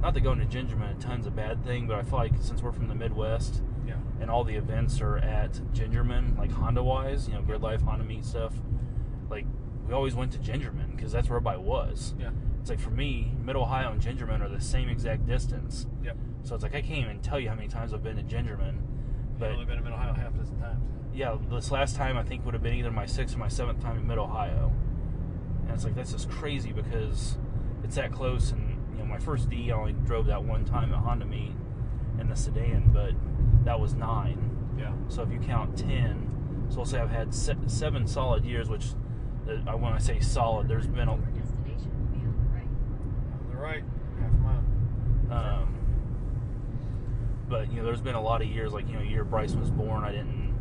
Speaker 2: not that going to gingerman a ton's a bad thing but i feel like since we're from the midwest
Speaker 4: Yeah.
Speaker 2: and all the events are at gingerman like honda wise you know grid life honda meet stuff like we always went to gingerman because that's where everybody was
Speaker 4: Yeah.
Speaker 2: it's like for me mid ohio and gingerman are the same exact distance
Speaker 4: Yep.
Speaker 2: So it's like I can't even tell you how many times I've been to Gingerman.
Speaker 4: I've
Speaker 2: But
Speaker 4: only been to Mid Ohio half a dozen times.
Speaker 2: yeah, this last time I think would have been either my sixth or my seventh time in Mid Ohio. And it's like that's just crazy because it's that close and you know, my first D I only drove that one time at Honda meet in the sedan, but that was nine.
Speaker 4: Yeah.
Speaker 2: So if you count ten, so we'll say I've had se- seven solid years, which uh, I- when I say solid, there's been a
Speaker 3: Your destination will be on the right.
Speaker 4: On the right, half a mile.
Speaker 2: Um, but you know, there's been a lot of years, like you know, year Bryson was born, I didn't.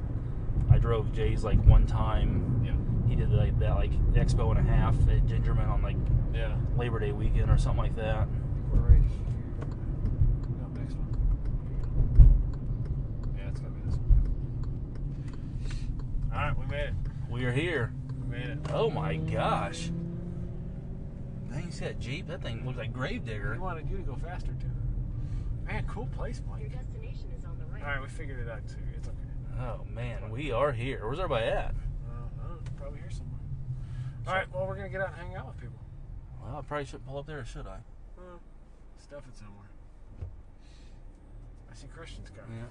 Speaker 2: I drove Jay's like one time.
Speaker 4: Yeah.
Speaker 2: He did like that like expo and a half at Gingerman on like
Speaker 4: Yeah.
Speaker 2: Labor Day weekend or something like that.
Speaker 4: I think we're right here. No, next one. Yeah, it's gonna be this one. All right, we made it.
Speaker 2: We are here.
Speaker 4: We made it.
Speaker 2: Oh my gosh! Dang, you see that Jeep? That thing looks like
Speaker 4: We
Speaker 2: Gravedigger.
Speaker 4: wanted you to go faster too. Man, cool place,
Speaker 3: Your
Speaker 4: Mike.
Speaker 3: destination is on the right.
Speaker 4: All right, we figured it out too. It's okay.
Speaker 2: Oh man, we are here. Where's everybody at?
Speaker 4: Uh, I don't know, probably here somewhere. All right, well, we're gonna get out and hang out with people.
Speaker 2: Well, I probably shouldn't pull up there, should I?
Speaker 4: Uh, stuff it somewhere. I see Christian's car.
Speaker 2: Yeah.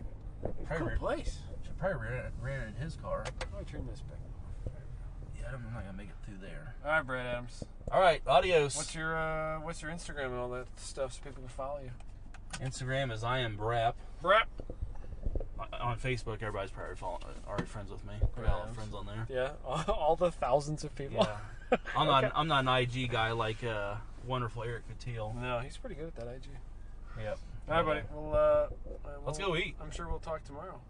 Speaker 4: Cool
Speaker 2: Probably,
Speaker 4: place.
Speaker 2: should probably ran, ran in his car.
Speaker 4: Let me turn this back. off. There we
Speaker 2: Yeah, I'm not gonna make it through there.
Speaker 4: go. All right, Brad Adams.
Speaker 2: All right, adios.
Speaker 4: What's your uh, What's your Instagram and all that stuff so people can follow you?
Speaker 2: Instagram is I am Brap.
Speaker 4: Brad.
Speaker 2: On Facebook, everybody's probably following, already friends with me. We're all friends on there.
Speaker 4: Yeah, all, all the thousands of people.
Speaker 2: Yeah. I'm not I'm not an IG guy like uh, wonderful Eric Patil.
Speaker 4: No, he's pretty good at that IG.
Speaker 2: Yep.
Speaker 4: All right, buddy. Well, uh, uh,
Speaker 2: Let's
Speaker 4: we'll-
Speaker 2: go eat.
Speaker 4: I'm sure we'll talk tomorrow.